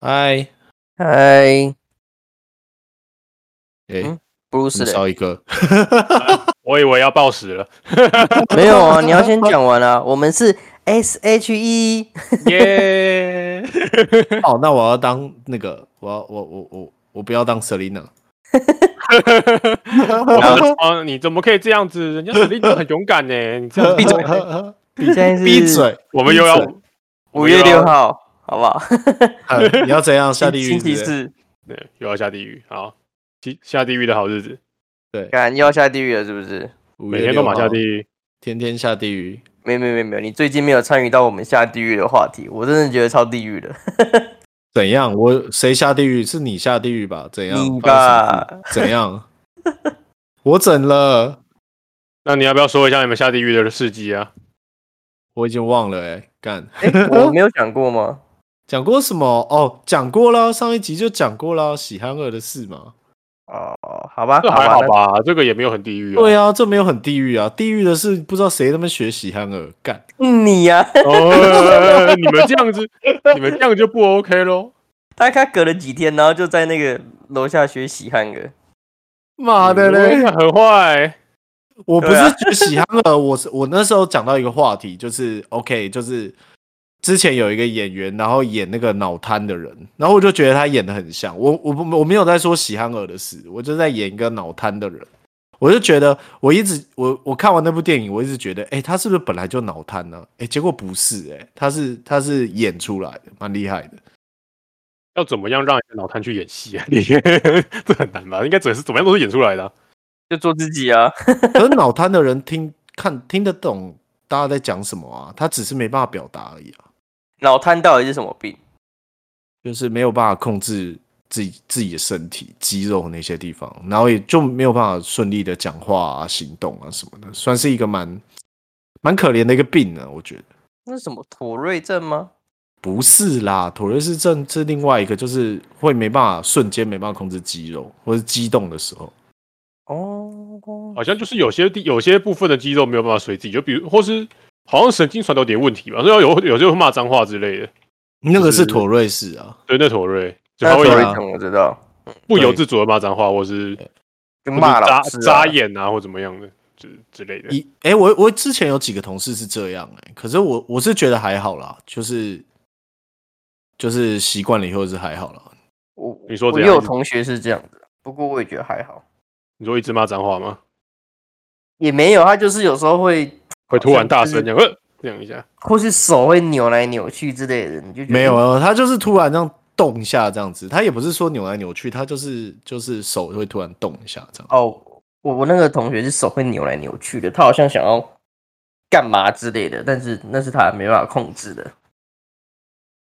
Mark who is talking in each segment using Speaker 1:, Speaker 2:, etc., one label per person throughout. Speaker 1: 嗨，
Speaker 2: 嗨，
Speaker 1: 哎、
Speaker 2: 嗯布鲁斯
Speaker 1: 怎么
Speaker 2: 嘞，
Speaker 1: 少 一个，
Speaker 3: 我以为要暴食了，
Speaker 2: 没有啊，你要先讲完啊。我们是 S H E，
Speaker 3: 耶！
Speaker 1: 哦，那我要当那个，我要我我我我不要当 Selina，
Speaker 3: 我们的哦，你怎么可以这样子？人家实力都很勇敢呢，你这样子
Speaker 1: 闭 嘴，
Speaker 2: 现在是
Speaker 1: 闭嘴，
Speaker 3: 我们又要
Speaker 1: 闭嘴
Speaker 2: 五月六号，好不好？
Speaker 1: 哼哎你要怎样下地狱？
Speaker 2: 星期
Speaker 1: 是不是，
Speaker 2: 四，
Speaker 3: 对又要下地狱，好，下下地狱的好日子，
Speaker 2: 干又要下地狱了，是不是？
Speaker 1: 五
Speaker 3: 每
Speaker 1: 月
Speaker 3: 天都
Speaker 1: 六
Speaker 3: 马
Speaker 1: 号
Speaker 3: 下地，狱。
Speaker 1: 天天下 地狱。
Speaker 2: 没有没有没有没有，你最近没有参与到我们下地狱的话题，我真的觉得超地狱的。
Speaker 1: 怎样？我谁下地狱？是你下地狱吧？怎样？
Speaker 2: 你吧，
Speaker 1: 怎样？ 我整了，
Speaker 3: 那你要不要说一下你们下地狱的事迹啊？
Speaker 1: 我已经忘了哎、干
Speaker 2: 哎、我没有讲过吗？
Speaker 1: 讲过什么？哦，讲过啦，上一集就讲过啦，喜憨儿的事嘛。
Speaker 2: 哦，好吧，
Speaker 3: 这还
Speaker 2: 吧
Speaker 3: 好，吧，这个也没有很地狱啊。
Speaker 1: 对啊，这没有很地狱啊，地狱的事不知道谁他妈学喜憨儿干。
Speaker 2: 那你呀、
Speaker 3: 哦，你们这样子，你们这样就不 OK 咯。
Speaker 2: 大概隔了几天，然后就在那个楼下学喜汉歌。
Speaker 1: 妈的
Speaker 3: 你
Speaker 1: 嘞！
Speaker 3: 们哎很坏，
Speaker 1: 我不
Speaker 2: 对啊
Speaker 1: 是觉得喜憨儿，我是我那时候讲到一个话题，就是 OK，就是之前有一个演员，然后演那个脑瘫的人，然后我就觉得他演的很像。我我不我没有在说喜憨儿的事，我就在演一个脑瘫的人。我就觉得，我一直我我看完那部电影，我一直觉得，哎、他是不是本来就脑瘫呢？哎、结果不是、哎，他是他是演出来的，蛮厉害的。
Speaker 3: 要怎么样让一个脑瘫去演戏啊？ 你这很难吧？应该只是怎么样都是演出来的啊、
Speaker 2: 就做自己啊。
Speaker 1: 可是脑瘫的人听看听得懂大家在讲什么啊，他只是没办法表达而已啊。
Speaker 2: 脑瘫到底是什么病？
Speaker 1: 就是没有办法控制自己自己的身体肌肉那些地方，然后也就没有办法顺利的讲话啊、行动啊什么的，算是一个蛮蛮可怜的一个病呢、我觉得
Speaker 2: 那是什么妥瑞症吗？
Speaker 1: 不是啦，妥瑞氏症是另外一个，就是会没办法瞬间没办法控制肌肉，或是激动的时候。
Speaker 2: 哦，
Speaker 3: 好像就是有些地有些部分的肌肉没有办法随自己，就比如或是好像神经传导有点问题吧，所以有有时候会骂脏话之类的。
Speaker 1: 那个
Speaker 3: 就是
Speaker 1: 是妥瑞氏啊，
Speaker 3: 对，那妥瑞就
Speaker 2: 那
Speaker 3: 他
Speaker 2: 妥
Speaker 3: 会
Speaker 2: 瑞
Speaker 1: 啊
Speaker 2: 症我知道，
Speaker 3: 不由自主的骂脏话，或是
Speaker 2: 就
Speaker 3: 或是
Speaker 2: 骂
Speaker 3: 扎
Speaker 2: 老师、啊
Speaker 3: 扎。眼啊，或怎么样的之之类的。
Speaker 1: 一哎、我我之前有几个同事是这样哎、可是我我是觉得还好啦，就是就是习惯了以后是还好啦。
Speaker 2: 我
Speaker 3: 你说
Speaker 2: 我
Speaker 3: 怎
Speaker 2: 也
Speaker 3: 样
Speaker 2: 有同学是这样子，不过我也觉得还好，
Speaker 3: 你说一直骂脏话吗？
Speaker 2: 也没有，他就是有时候会，
Speaker 3: 会突然大声
Speaker 2: 就
Speaker 3: 这样，呃这样一下。
Speaker 2: 或是手会扭来扭去之类的，你就觉得
Speaker 1: 没有，啊，他就是突然这样动一下这样子，他也不是说扭来扭去，他就是就是手会突然动一下这样。
Speaker 2: 哦，我我那个同学是手会扭来扭去的，他好像想要干嘛之类的，但是那是他没办法控制的。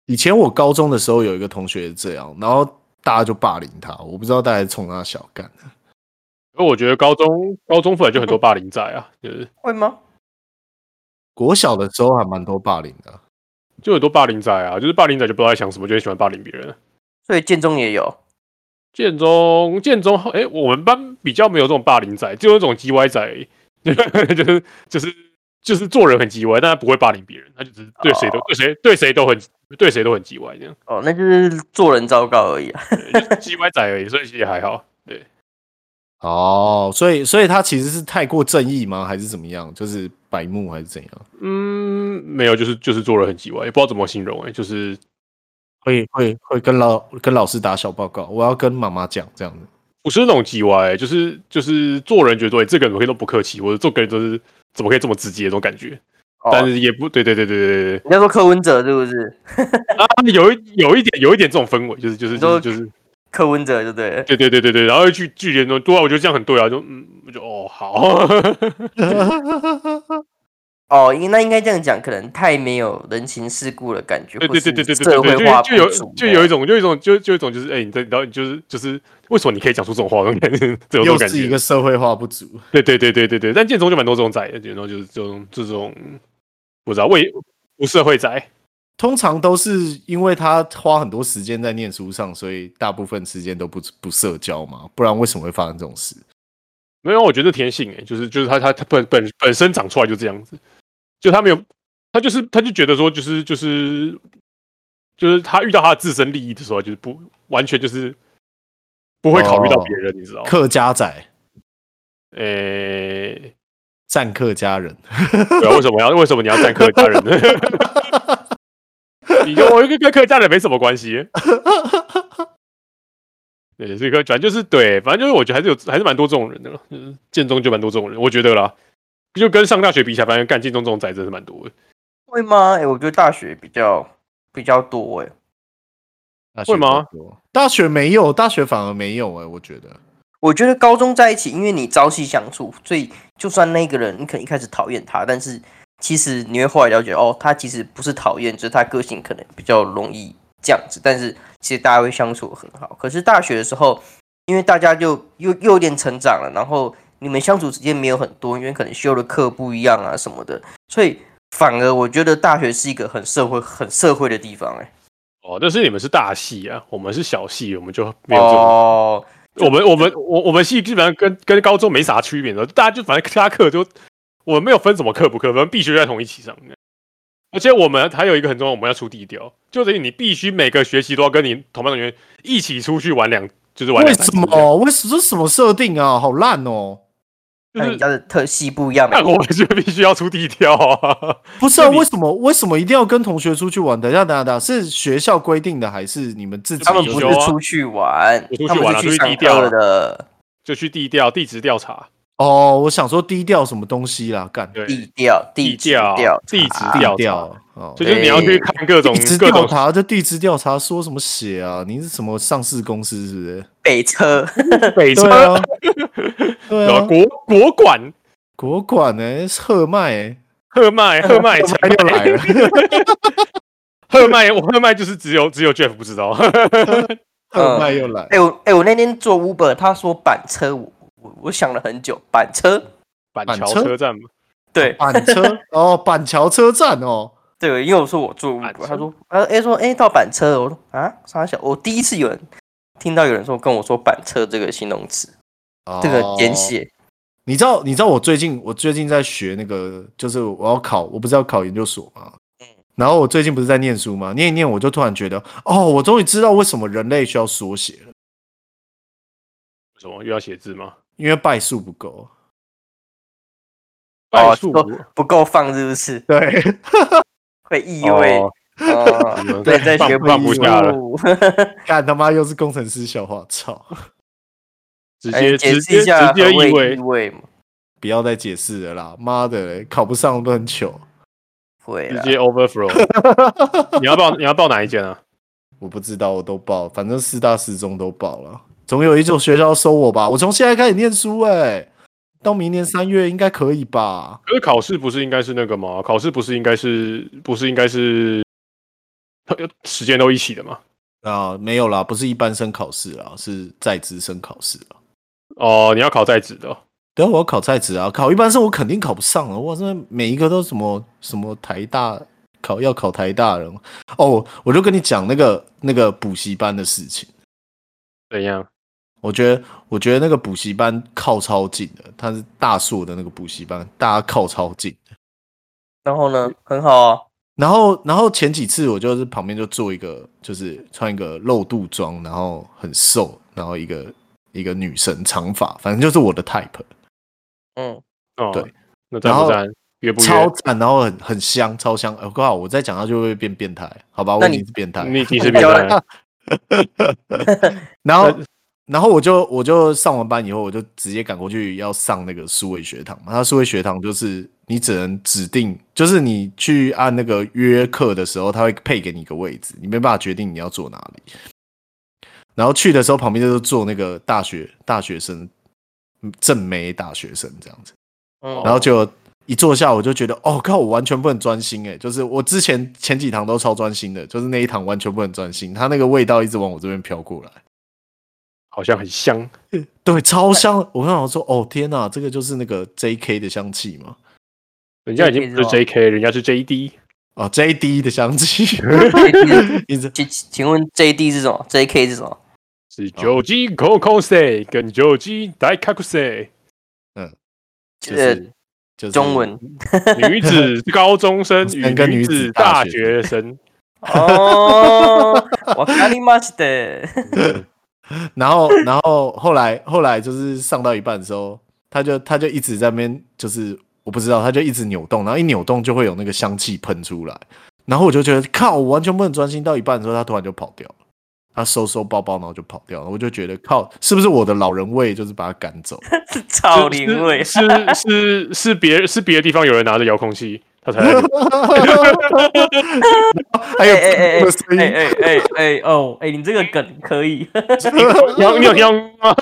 Speaker 1: 以前我高中的时候有一个同学这样，然后大家就霸凌他，我不知道大家冲他小干的。
Speaker 3: 因为我觉得高中高中本来就很多霸凌仔啊，就是
Speaker 2: 会吗？
Speaker 1: 国小的时候还蛮多霸凌的，
Speaker 3: 就很多霸凌仔啊，就是霸凌仔就不知道在想什么，就很喜欢霸凌别人。啊
Speaker 2: 所以建中也有，
Speaker 3: 建中建中，哎、我们班比较没有这种霸凌仔，只有那种叽歪仔， 就是就是就是做人很叽歪，但他不会霸凌别人，他就只是对谁都、
Speaker 2: 哦
Speaker 3: 对谁对谁都很对谁都很叽歪这样，
Speaker 2: 哦，那就是做人糟糕而已啊。
Speaker 3: 对就是叽歪仔而已， 所以其实也还好。对，
Speaker 1: 哦，所以所以他其实是太过正义吗？还是怎么样？就是白目还是怎样？
Speaker 3: 嗯，没有，就是就是做人很叽歪，也不知道怎么形容、哎，就是
Speaker 1: 会会会跟老跟老师打小报告，我要跟妈妈讲这样子。
Speaker 3: 不是那种叽歪、就是就是做人觉得说，哎、这个人怎么可以都不客气，或者这个人就是怎么可以这么直接那种感觉，
Speaker 2: 哦，
Speaker 3: 但是也不对对对对对对对
Speaker 2: 你在说柯文哲是不是？
Speaker 3: 啊，有一有一点有一点这种氛围，就是就是
Speaker 2: 你
Speaker 3: 就
Speaker 2: 说
Speaker 3: 是就是。
Speaker 2: 柯文哲就对了。
Speaker 3: 对对对对对，然后去拒绝 说，对啊，我觉得这样很对啊，就嗯，我就哦好，
Speaker 2: 哦，应那应该这样讲，可能太没有人情世故的感觉，
Speaker 3: 对
Speaker 2: 或
Speaker 3: 对
Speaker 2: 是
Speaker 3: 对对对
Speaker 2: 社
Speaker 3: 对
Speaker 2: 会
Speaker 3: 对，
Speaker 2: 化
Speaker 3: 就就有
Speaker 2: 不足
Speaker 3: 就有一
Speaker 2: 这样
Speaker 3: 种就有一种就就有一种就是哎、你这然后你就是就是为什么你可以讲出这种 话？这种感觉，这种
Speaker 1: 又
Speaker 3: 感
Speaker 1: 是一
Speaker 3: 觉
Speaker 1: 个。社会化不足。
Speaker 3: 对对对对对对，但建中就蛮多这种仔的，建中就是这种这种不知道为不社会仔。
Speaker 1: 通常都是因为他花很多时间在念书上，所以大部分时间都不不社交嘛，不然为什么会发生这种事？
Speaker 3: 没有，我觉得天性哎、就是就是他他他本本本身长出来就这样子，就他没有他就是他就觉得说就是就是就是他遇到他的自身利益的时候，就是不完全就是不会考虑到别人，你知道吗？欸
Speaker 1: 客家仔，
Speaker 3: 诶、
Speaker 1: 占客家人，
Speaker 3: 对啊，为什么要为什么你要占客家人呢？你跟我跟客家人没什么关系。对，这个反正就是对，反正就是我觉得还是有还是蛮多这种人的了，就是建中就蛮多这种人，我觉得啦，就跟上大学比起来，反正干建中这种仔真是蛮多的，
Speaker 2: 会吗？哎、我觉得大学比较比较多哎、
Speaker 1: 大学
Speaker 3: 会吗
Speaker 1: 比较多？大学没有，大学反而没有哎、我觉得
Speaker 2: 我觉得高中在一起，因为你朝夕相处，所以就算那个人你可能一开始讨厌他，但是其实你会后来了解，哦，他其实不是讨厌，就是他个性可能比较容易这样子，但是其实大家会相处得很好。可是大学的时候，因为大家就又又有点成长了，然后你们相处时间没有很多，因为可能修的课不一样啊什么的，所以反而我觉得大学是一个很社会、很社会的地方、欸，
Speaker 3: 哦，但是你们是大系啊，我们是小系，我们就没
Speaker 2: 哎，
Speaker 3: 有这种。
Speaker 2: 哦，
Speaker 3: 我们我们我我们系基本上跟跟高中没啥区别的，大家就反正他课就我们没有分什么课不课，我们必须在同一期上。而且我们还有一个很重要，我们要出地标，就等于你必须每个学期都要跟你同班同学一起出去玩两，就是玩
Speaker 1: 为
Speaker 3: 两三
Speaker 1: 什
Speaker 3: 次这样。
Speaker 1: 么？为什么这是什么设定啊？好烂哦！
Speaker 3: 就
Speaker 2: 那人
Speaker 3: 是
Speaker 2: 家的特系不一 样，
Speaker 3: 那我们就必须要出地标啊！
Speaker 1: 不是啊，
Speaker 3: 那你
Speaker 1: 为什么为什么一定要跟同学出去玩？等一下，等一下，等一下，是学校规定的还是你们自己
Speaker 2: 他们
Speaker 1: 有
Speaker 2: 不
Speaker 3: 修
Speaker 2: 是
Speaker 3: 啊
Speaker 2: 出去玩
Speaker 3: 我出，
Speaker 2: 他
Speaker 3: 去
Speaker 2: 们
Speaker 3: 玩啊
Speaker 2: 是
Speaker 3: 出去
Speaker 2: 上
Speaker 3: 低调
Speaker 2: 课
Speaker 3: 啊
Speaker 2: 的
Speaker 3: 就去地调地质调查，
Speaker 1: 哦？我想说低调什么东西啦，干
Speaker 3: 对，
Speaker 2: 地调地质
Speaker 3: 调啊
Speaker 2: 调
Speaker 3: 地质
Speaker 2: 查
Speaker 3: 调
Speaker 1: 调
Speaker 3: 查，
Speaker 1: 哦
Speaker 3: 所以就是你要去看各种
Speaker 1: 地质
Speaker 3: 各
Speaker 1: 调
Speaker 3: 种
Speaker 1: 查，这地质调查说什么写啊？你是什么上市公司是不是？
Speaker 2: 北车，
Speaker 3: 北
Speaker 1: 对
Speaker 3: 车，
Speaker 1: 啊，对
Speaker 3: 然
Speaker 1: 啊
Speaker 3: 后，国国馆、
Speaker 1: 国馆呢、是赫麦、欸，
Speaker 3: 赫麦、赫麦、
Speaker 1: 赫麦又来了，
Speaker 3: 赫麦，我赫麦就是只有只有 Jeff 不知道，
Speaker 1: 赫麦又来了，
Speaker 2: 哎我哎我那天坐 Uber，他说板车，我我我想了很久，板车，
Speaker 3: 板
Speaker 1: 板
Speaker 3: 桥
Speaker 1: 车
Speaker 3: 车站嘛，
Speaker 2: 对
Speaker 1: 板车哦，板桥车站哦，
Speaker 2: 对，因为我说我坐
Speaker 3: 板
Speaker 2: Uber，
Speaker 3: 车
Speaker 2: 他说他哎说哎到板车了，我说啊傻小，我第一次有人听到有人说跟我说板车这个形容词，这个简
Speaker 1: 哦。
Speaker 2: 写，
Speaker 1: 你知道，你知道我最近我最近在学那个，就是我要考，我不是要考研究所嘛。然后我最近不是在念书嘛，念一念我就突然觉得，哦，我终于知道为什么人类需要缩写了，
Speaker 3: 什么又要写字吗？
Speaker 1: 因为败数不够。
Speaker 3: 败
Speaker 2: 哦
Speaker 3: 诉
Speaker 2: 都不够放是不是？
Speaker 1: 对，
Speaker 2: 会意味
Speaker 3: 哦
Speaker 2: 哦，对，在
Speaker 3: 放
Speaker 2: 学
Speaker 3: 放不
Speaker 2: 艺
Speaker 3: 下了
Speaker 2: 术
Speaker 1: 干他妈又是工程师笑话，操！
Speaker 3: 直
Speaker 2: 哎
Speaker 3: 接
Speaker 2: 解
Speaker 3: 直
Speaker 2: 释一
Speaker 3: 接直
Speaker 2: 下
Speaker 3: 接
Speaker 2: 何谓啊
Speaker 3: 意味
Speaker 2: 意，味嘛，
Speaker 1: 不要再解释了啦，妈的嘞，考不上都很糗。
Speaker 2: 会啊
Speaker 3: 直
Speaker 2: 啦。
Speaker 3: 接 overflow。你 要报你要报哪一间啊？
Speaker 1: 我不知道，我都报，反正四大四中都报了，总有一种学校收我吧。我从现在开始念书、哎，到明年三月应该可以吧？
Speaker 3: 可是考试不是应该是那个吗？考试不是应该是不是应该是时间都一起的吗？
Speaker 1: 啊，没有啦，不是一般生考试啦，是在职生考试啦。
Speaker 3: 哦，你要考在职的哦，
Speaker 1: 等下我要考在职啊，考一般生我肯定考不上了。哇，这每一个都什么什么台大考要考台大人哦，我就跟你讲那个那个补习班的事情。
Speaker 3: 怎样？
Speaker 1: 我觉得，我觉得那个补习班靠超近的，它是大硕的那个补习班，大家靠超近。
Speaker 2: 然后呢，很好啊，
Speaker 1: 然后，然后前几次我就是旁边就做一个，就是穿一个露肚装，然后很瘦，然后一个一个女生长发，反正就是我的 type，
Speaker 2: 嗯，
Speaker 3: 哦，
Speaker 1: 对，
Speaker 3: 那赞
Speaker 1: 然
Speaker 3: 不
Speaker 1: 后
Speaker 3: 赞？约不
Speaker 1: 超
Speaker 3: 约？
Speaker 1: 赞，然后很很香，超香。呃我、靠，我再讲下去会变变态，好吧？
Speaker 2: 那
Speaker 1: 我
Speaker 2: 你
Speaker 1: 你是变态，
Speaker 3: 你你是变 态？
Speaker 1: 然后，然后我就我就上完班以后，我就直接赶过去要上那个数位学堂嘛。他数位学堂就是你只能指定，就是你去按那个约课的时候，他会配给你一个位置，你没办法决定你要坐哪里。然后去的时候，旁边就是坐那个大学大学生，嗯正妹大学生这样子。
Speaker 2: 嗯
Speaker 1: 然后就一坐下我就觉得，哦靠，我完全不能专心哎、就是我之前前几堂都超专心的，就是那一堂完全不能专心，它那个味道一直往我这边飘过来，
Speaker 3: 好像很香。
Speaker 1: 对，超香。我刚想说，哦天哪，这个就是那个 J.K. 的香气嘛，
Speaker 3: 人家已经不是
Speaker 2: JK
Speaker 3: JK，人家是 JD，
Speaker 1: 啊 J.D. 的香气， 一直
Speaker 2: 请请问 J D 是什么？J K 是什么？
Speaker 3: 是酒精 Coco C 跟酒精 d a i k a k u C，
Speaker 1: 就
Speaker 2: 呃
Speaker 1: 是就是
Speaker 2: 中 文
Speaker 3: 女子高中生与
Speaker 1: 跟
Speaker 3: 女
Speaker 1: 女
Speaker 3: 子
Speaker 1: 子
Speaker 3: 大
Speaker 1: 大
Speaker 3: 学
Speaker 1: 学
Speaker 3: 生。
Speaker 2: 哦，我卡里马斯 的，
Speaker 1: 然后，然后后来后来就是上到一半的时候，他就他就一直在那边，就是我不知道，他就一直扭动，然后一扭动就会有那个香气喷出来，然后我就觉得靠，我完全不能专心。到一半的时候，他突然就跑掉了，他收收包包，然后就跑掉了。我就觉得靠，是不是我的老人味就是把他赶 走？
Speaker 2: 超灵 位，
Speaker 3: 是是是是别是别的地方有人拿着遥控器，他才来录
Speaker 1: 还
Speaker 2: 哎
Speaker 1: 有
Speaker 2: 哎哎
Speaker 1: 这个声音，
Speaker 2: 哎哎哎哎哦，哎你这个梗可以，
Speaker 3: 娘娘娘啊！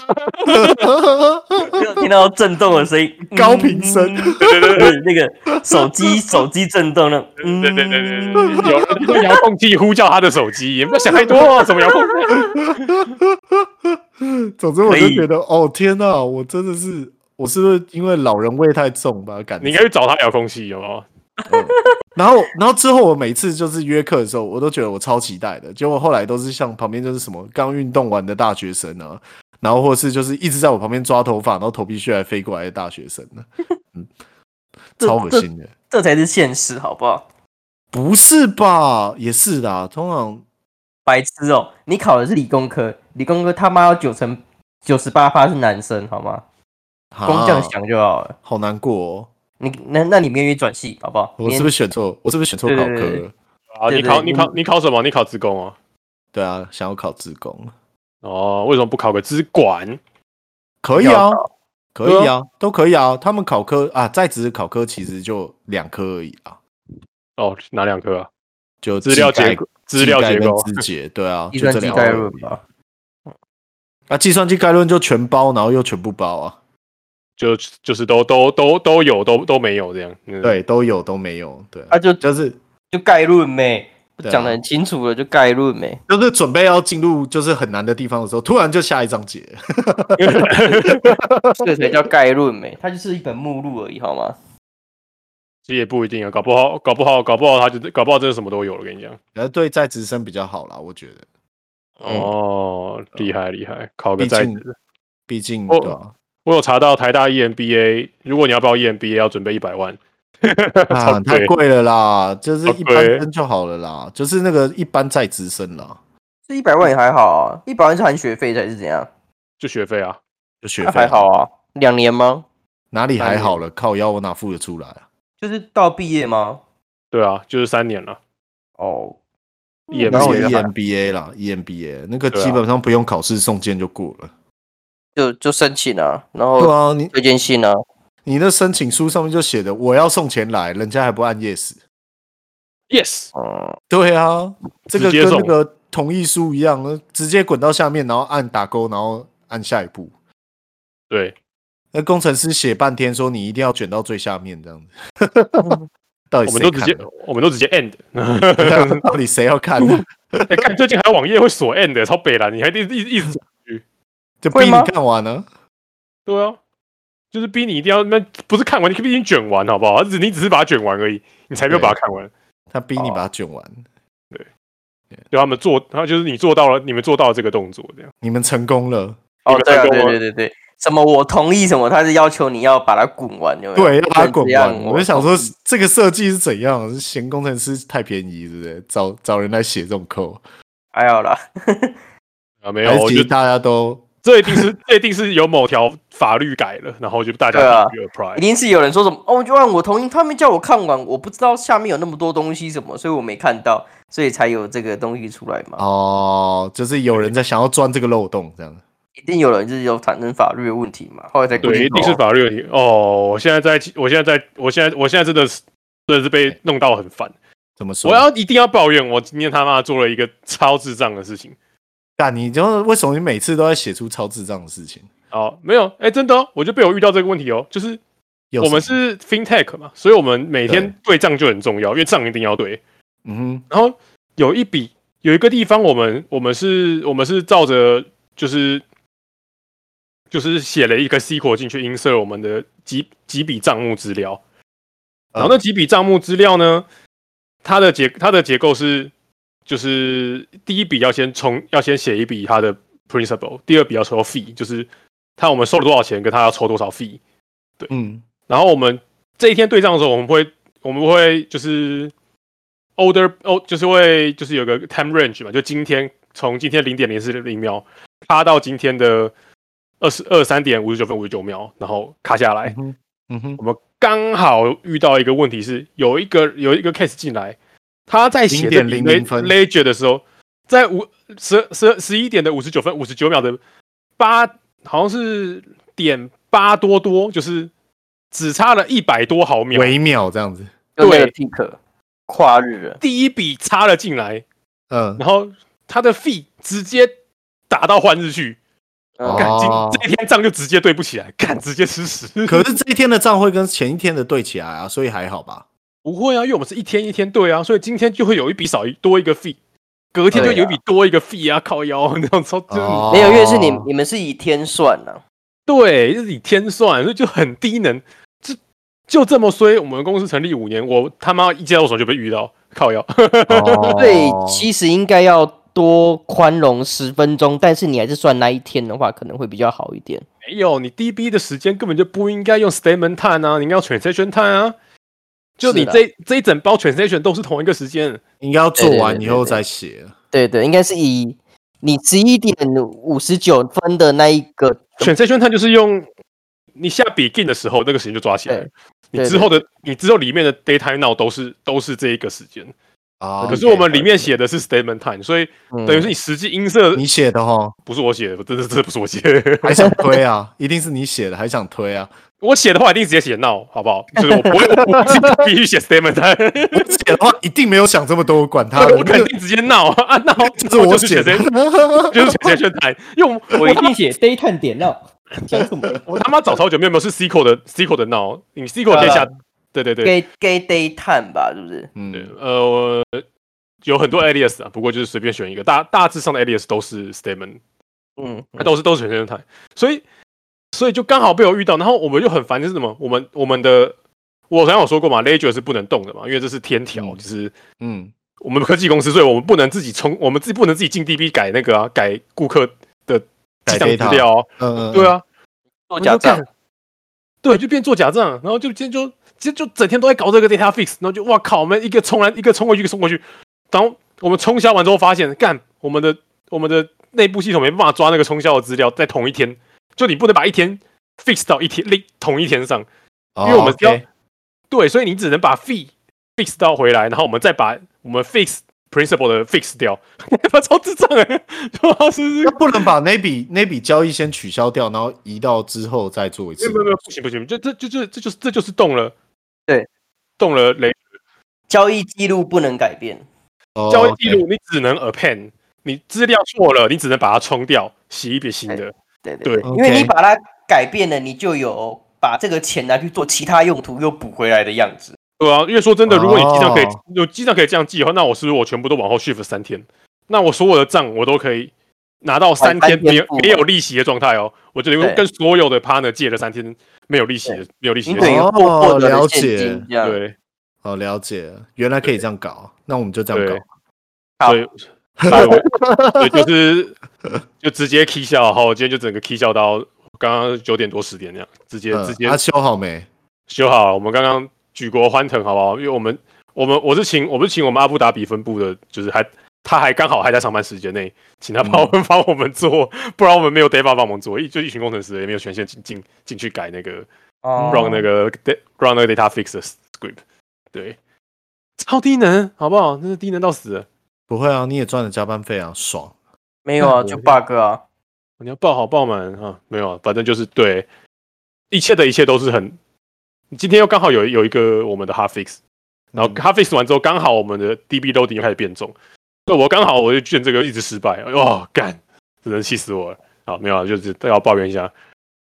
Speaker 2: 就听到震动的声音，
Speaker 1: 高频声
Speaker 2: 嗯，对对对，那个手 机手机震动那，嗯
Speaker 3: 对对对对对，有人用遥控器呼叫他的手机，也不要想太多，啊什么遥控器？
Speaker 1: 总之我
Speaker 2: 可
Speaker 1: 就
Speaker 2: 以
Speaker 1: 觉得哦天哪，我真的是。我是不是因为老人味太重把他赶走？
Speaker 3: 你应该去找他遥控器，有哦没有？
Speaker 1: 然后，然后之后我每次就是约课的时候，我都觉得我超期待的。结果后来都是像旁边就是什么刚运动完的大学生啊，然后或是就是一直在我旁边抓头发，然后头皮屑还飞过来的大学生 呢、嗯，
Speaker 2: 这
Speaker 1: 超恶心的。
Speaker 2: 这才是现实，好不好？
Speaker 1: 不是吧？也是的、啊，通常
Speaker 2: 白痴哦，你考的是理工科，理工科他妈要九成九十八趴是男生，好吗？
Speaker 1: 啊
Speaker 2: 光这样想就好了。
Speaker 1: 好难过哦。
Speaker 2: 你那那你愿意转系，好不好？
Speaker 1: 我是不是选错？我是不是选错
Speaker 2: 对
Speaker 1: 考
Speaker 2: 对
Speaker 1: 科
Speaker 2: 对
Speaker 1: 了？
Speaker 3: 啊，你
Speaker 2: 对对
Speaker 3: 考你
Speaker 2: 我
Speaker 3: 考你考什么？你考职工哦。
Speaker 1: 对啊，想要考自工，
Speaker 3: 哦，为什么不考个资管？
Speaker 1: 可以啊
Speaker 2: 要，
Speaker 1: 可以啊，都可以啊。他们考科啊，在职考科其实就两科而已啊，
Speaker 3: 哦，哪两科啊？
Speaker 1: 就
Speaker 3: 资料
Speaker 1: 技改
Speaker 3: 结构资料结构
Speaker 1: 肢 解，对啊，
Speaker 2: 计
Speaker 1: 就
Speaker 2: 算
Speaker 1: 这
Speaker 2: 机
Speaker 1: 两
Speaker 2: 概
Speaker 1: 个
Speaker 2: 论。吧。
Speaker 1: 啊，计算机概论就全包，然后又全部包啊，
Speaker 3: 就就是都都都都有都都没有这样。嗯，
Speaker 1: 对，都有都没有，对，
Speaker 2: 啊，就
Speaker 1: 就是
Speaker 2: 就概论呗，
Speaker 1: 对啊
Speaker 2: 讲的很清楚了，就概论呗。
Speaker 1: 就是准备要进入就是很难的地方的时候，突然就下一章节，
Speaker 2: 这才叫概论呗，它就是一本目录而已，好吗？
Speaker 3: 其实也不一定啊，搞不好搞不好搞不好他就搞不好真的什么都有了。我跟你讲，
Speaker 1: 呃，对在职生比较好啦，我觉得，
Speaker 2: 嗯
Speaker 3: 哦，厉害厉害，考个
Speaker 1: 毕
Speaker 3: 在
Speaker 1: 竟
Speaker 3: 职。
Speaker 1: 毕竟
Speaker 3: 哦
Speaker 1: 对啊，
Speaker 3: 我有查到台大 E EMBA，如果你要报 E EMBA，要准备一百万，超
Speaker 1: 啊，太
Speaker 3: 贵。
Speaker 1: 贵了啦，就是
Speaker 3: 超
Speaker 1: 一般
Speaker 3: 贵
Speaker 1: 生就好了啦，就是那个一般在职生啦，
Speaker 2: 这一百万也还好啊，一百万是含学费才是怎样？
Speaker 3: 就学费啊，
Speaker 1: 就学
Speaker 2: 那
Speaker 1: 费
Speaker 2: 还好啊，两年吗？
Speaker 1: 哪里
Speaker 3: 三
Speaker 1: 还
Speaker 3: 年
Speaker 1: 好了，靠腰我哪付得出来啊？
Speaker 2: 就是到毕业吗？
Speaker 3: 对啊，就是三年了。，E
Speaker 2: 哦，
Speaker 3: EMBA
Speaker 1: 嗯然后 E
Speaker 3: 也还
Speaker 1: EMBA 啦，EMBA 那个
Speaker 3: 对啊
Speaker 1: 基本上不用考试送件就过了。
Speaker 2: 就就申请啊，然
Speaker 1: 对
Speaker 2: 后
Speaker 1: 啊，你
Speaker 2: 推荐信啊，
Speaker 1: 你那申请书上面就写的我要送钱来，人家还不按 yes。
Speaker 3: Yes，
Speaker 2: 嗯，
Speaker 1: 对啊，这个
Speaker 3: 直接
Speaker 1: 跟
Speaker 3: 送
Speaker 1: 那个同意书一样，呃直接滚到下面，然后按打勾，然后按下一步。
Speaker 3: 对，
Speaker 1: 那工程师写半天说你一定要卷到最下面这样子， 到底
Speaker 3: 我们
Speaker 1: 谁
Speaker 3: 都直
Speaker 1: 看
Speaker 3: 接
Speaker 1: 的？
Speaker 3: 我们都直接 end。
Speaker 1: 到底谁要看的？
Speaker 3: 哎，看最近还有网页会锁 end，超欸北蓝，你还一直一直一直
Speaker 1: 就逼
Speaker 2: 会
Speaker 1: 你
Speaker 2: 吗
Speaker 1: 看完啊呢、
Speaker 3: 对啊，就是逼你一定要那不是看完，你可以已经卷完，好不好？只你只是把它卷完而已，你才没有把它看完。
Speaker 1: 他逼你把
Speaker 3: 哦
Speaker 1: 它卷完，
Speaker 3: 就他们做，然后就是你做到了，你们做到了这个动作，这样
Speaker 1: 你们成功了。
Speaker 2: 哦，对啊，
Speaker 3: 你们在跟
Speaker 2: 对
Speaker 3: 我
Speaker 2: 对对对，什么我同意什么，他是要求你要把它滚完，
Speaker 3: 啊
Speaker 2: 有没有？
Speaker 1: 对，要把它
Speaker 2: 不
Speaker 1: 滚
Speaker 2: 能这
Speaker 1: 完。
Speaker 2: 样
Speaker 1: 我就想说，这个设计是怎样？是嫌工程师太便宜，是不是？找找人来写这种扣，
Speaker 2: 还好啦，
Speaker 3: 啊，没有，
Speaker 1: 还是
Speaker 3: 我
Speaker 1: 其
Speaker 3: 觉
Speaker 1: 实
Speaker 3: 得
Speaker 1: 大家都
Speaker 3: 这一定是这一定是有某条法律改了，然后就大家
Speaker 2: 对啊
Speaker 3: 去 apply，
Speaker 2: 一定是有人说什么哦，就按我同意，他们叫我看完，我不知道下面有那么多东西什么，所以我没看到，所以才有这个东西出来嘛。
Speaker 1: 哦，就是有人在想要钻这个漏洞，这样。
Speaker 2: 一定有人就是有产生法律的问题嘛，后来才
Speaker 3: 对，一定是法律问题。哦，我现在在，我现在在，我现在我现在真的是真的是
Speaker 1: 哎
Speaker 3: 被弄到很烦，
Speaker 1: 怎么说？
Speaker 3: 我要一定要抱怨，我今天他妈做了一个超智障的事情。
Speaker 1: 干你，就是为什么你每次都在写出超智障的事情？
Speaker 3: 哦，没有，哎、真的哦、我就被我遇到这个问题哦，就是
Speaker 1: 有
Speaker 3: 我们
Speaker 1: 什么
Speaker 3: 是 FinTech 嘛，所以我们每天对账就很重要，因为账一定要对。
Speaker 1: 嗯
Speaker 3: 然后有一笔有一个地方我，们我们是我们是照着就是就是写了一个 SQL 进去 insert 我们的几几笔账目资料，
Speaker 1: 嗯
Speaker 3: 然
Speaker 1: 呃
Speaker 3: 后那几笔账目资料呢，它的结它的结构是就是第一笔要先重要先写一笔它的 principal，第二笔要抽 fee，就是它我们收了多少钱跟它要抽多少 fee。
Speaker 1: 嗯
Speaker 3: 然后我们这一天对账的时候，我们会我们会就是 order 哦，就是会就是有个 time range 嘛，就今天从今天零点零四零秒卡到今天的二十二三点五十九分五十九秒，然后卡下来
Speaker 1: 嗯。哼嗯哼，
Speaker 3: 我们刚好遇到一个问题是，有一个有一个 case 进来，他在写这笔
Speaker 1: 0.00分
Speaker 3: ledger 的时候，在五十十十一点的五十九分五十九秒的八，好像是点八多多，就是只差了一百多毫秒，
Speaker 1: 微秒这样子，
Speaker 4: 就那个
Speaker 3: 对
Speaker 4: pick 跨日了，
Speaker 3: 第一笔插了进来，
Speaker 1: 嗯，
Speaker 3: 然后他的 fee 直接打到换日去，
Speaker 4: 嗯
Speaker 1: 哦
Speaker 3: 干今这一天账就直接对不起来，干直接吃屎。
Speaker 1: 可是这一天的账会跟前一天的对起来啊，所以还好吧？
Speaker 3: 不会啊，因为我们是一天一天对啊，所以今天就会有一笔少一多一个 fee，隔天就
Speaker 4: 对啊
Speaker 3: 有一笔多一个 fee 啊，靠腰那种超就是、
Speaker 1: 哦
Speaker 4: 没有，因为是你你们是以天算呐、
Speaker 3: 对，就是以天算，所以就很低能，就就这么衰。我们公司成立五年，我他妈一接到手就被遇到靠腰，
Speaker 4: 所以
Speaker 1: 哦
Speaker 4: 其实应该要多宽容十分钟，但是你还是算那一天的话，可能会比较好一点。
Speaker 3: 没有你 DB 的时间根本就不应该用 statement time 啊，你应该用 transaction time 啊。就你
Speaker 4: 是啦
Speaker 3: 这这一整包 transaction 都是同一个时间，
Speaker 1: 应该要做
Speaker 4: 对对
Speaker 1: 完
Speaker 4: 对
Speaker 1: 以后再写。
Speaker 4: 对对，应该是以你十一点五十九分的那一个，
Speaker 3: transaction time 就是用你下笔 g 的时候那个时间就抓起来了
Speaker 4: 对，
Speaker 3: 你
Speaker 4: 对
Speaker 3: 之
Speaker 4: 对
Speaker 3: 后的你之后里面的 data now 都是都是这一个时间，
Speaker 1: 啊
Speaker 4: 哦
Speaker 3: 可是我们里面写的是 statement time，所以
Speaker 4: 嗯
Speaker 3: 等于是你实际音色
Speaker 1: 你写的哦哈，
Speaker 3: 不是我写的，真的真的不 是我写，
Speaker 1: 还想推啊？一定是你写的，还想推啊？
Speaker 3: 我写的话一定直接写 now，好不好？就是我 不会，我不是必须写 statement time，
Speaker 1: 我写的话一定没有想这么多，我管他 的。
Speaker 3: 我肯定直接 now 啊 now，
Speaker 1: 这是我
Speaker 3: 就是
Speaker 1: 写
Speaker 3: 写
Speaker 1: 的
Speaker 3: statement- 就是写 statement time，因为我
Speaker 4: 我一定写 day time 点到，讲什么？
Speaker 3: 我他妈找超久没有没有是 SQL 的 SQL 的 now，你 SQL 可以
Speaker 4: 对
Speaker 3: 下
Speaker 4: 啊，
Speaker 3: 对对对，
Speaker 4: 给给 day time 吧，是不是？
Speaker 3: 对
Speaker 1: 嗯，
Speaker 3: 呃，我有很多 alias 啊，不过就是随便选一个，大大致上的 alias 都是 statement，
Speaker 4: 嗯，
Speaker 3: 它都是都是全生态，所以所以就刚好被我遇到，然后我们就很烦，就是什么，我们我们的我刚刚有说过嘛，ledger 是不能动的嘛，因为这是天条，
Speaker 1: 嗯
Speaker 3: 就是
Speaker 1: 嗯，
Speaker 3: 我们科技公司，所以我们不能自己冲，我们自己不能自己进 DB 改那个啊，改顾客的
Speaker 1: 改
Speaker 3: 记账
Speaker 1: data
Speaker 3: 资料、哦，
Speaker 1: 嗯，
Speaker 3: 对
Speaker 1: 啊，
Speaker 3: 啊，
Speaker 4: 做假账
Speaker 3: 我就，干，对，就变做假账，然后就今天就今天就整天都在搞这个 data fix，然后就哇靠，我们一个冲来一个冲过去，一个冲过去，然后我们冲销完之后发现，干我们的我们的内部系统没办法抓那个冲销的资料，在同一天，就你不能把一天 fix 到一天另同一天上，因为我们
Speaker 1: 哦，OK
Speaker 3: 对，所以你只能把 fee fix 到回来，然后我们再把我们 fix principle 的 fix 掉， 他超智障哎、欸， 是是
Speaker 1: 那不能把那笔那笔交易先取消掉，然后移到之后再做一
Speaker 3: 没
Speaker 1: 次
Speaker 3: 有没。有没有，不行不行，就这就这这就是这就是动了，
Speaker 4: 对，
Speaker 3: 动了雷
Speaker 4: 交易记录不能改变。
Speaker 1: 哦
Speaker 3: 交易记
Speaker 1: OK
Speaker 3: 录，你只能 append，你资料错了，你只能把它冲掉，洗一笔新的。
Speaker 4: 对
Speaker 3: 对
Speaker 4: 对，因为
Speaker 1: OK
Speaker 4: 你把它改变了，你就有把这个钱拿去做其他用途又补回来的样子。
Speaker 3: 对啊，因为说真的，如果你记账可以
Speaker 1: 哦，
Speaker 3: 有记账可以这样记的话，那我是不是我全部都往后 shift 三天？那我所有的账我都可以拿到三
Speaker 4: 哦三
Speaker 3: 天
Speaker 4: 天
Speaker 3: 没有
Speaker 4: 付完
Speaker 3: 没有利息的状态哦。我就
Speaker 4: 对
Speaker 3: 跟所有的 partner 借了三天没有利息的，没有利息
Speaker 4: 你
Speaker 3: 的
Speaker 4: 等于
Speaker 1: 哦
Speaker 4: 获获得
Speaker 1: 了
Speaker 4: 现
Speaker 1: 解
Speaker 4: 金这样。
Speaker 3: 对，
Speaker 1: 哦，了解了，原来可以这样搞，那我们就这样
Speaker 3: 对
Speaker 1: 搞。
Speaker 4: 好
Speaker 3: 所以所以我所 以就是就直接 k 笑，好，我今天就整个 k 笑到刚刚九点多十点那样，直接直
Speaker 1: 嗯，
Speaker 3: 接
Speaker 4: 啊
Speaker 1: 他修好没？
Speaker 3: 修好，我们刚刚举国欢腾，好不好？因为我们我们我是请我们是请我们阿布达比分部的，就是还他还刚好还在上班时间内，请他帮我
Speaker 4: 嗯
Speaker 3: 们帮我们做，不然我们没有 d e v a 帮我们做，一就一群工程师也没有权限进进进去改那个
Speaker 4: 哦
Speaker 3: run 那个 da- run 那个 data fix 的 script，对，超低能，好不好？真是低能到死了，
Speaker 1: 不会啊，你也赚了加班费啊，爽。
Speaker 4: 没有啊，就 bug 啊。
Speaker 3: 你要爆好爆满啊，没有啊，反正就是对，一切的一切都是很，今天又刚好有有一个我们的 hard fix。然后
Speaker 1: 嗯
Speaker 3: 他 fix 完之后，刚好我们的 DB loading 又开始变重，所以我刚好我就卷这个一直失败，哦，干，真的气死我了。好，没有啊，就是都要抱怨一下。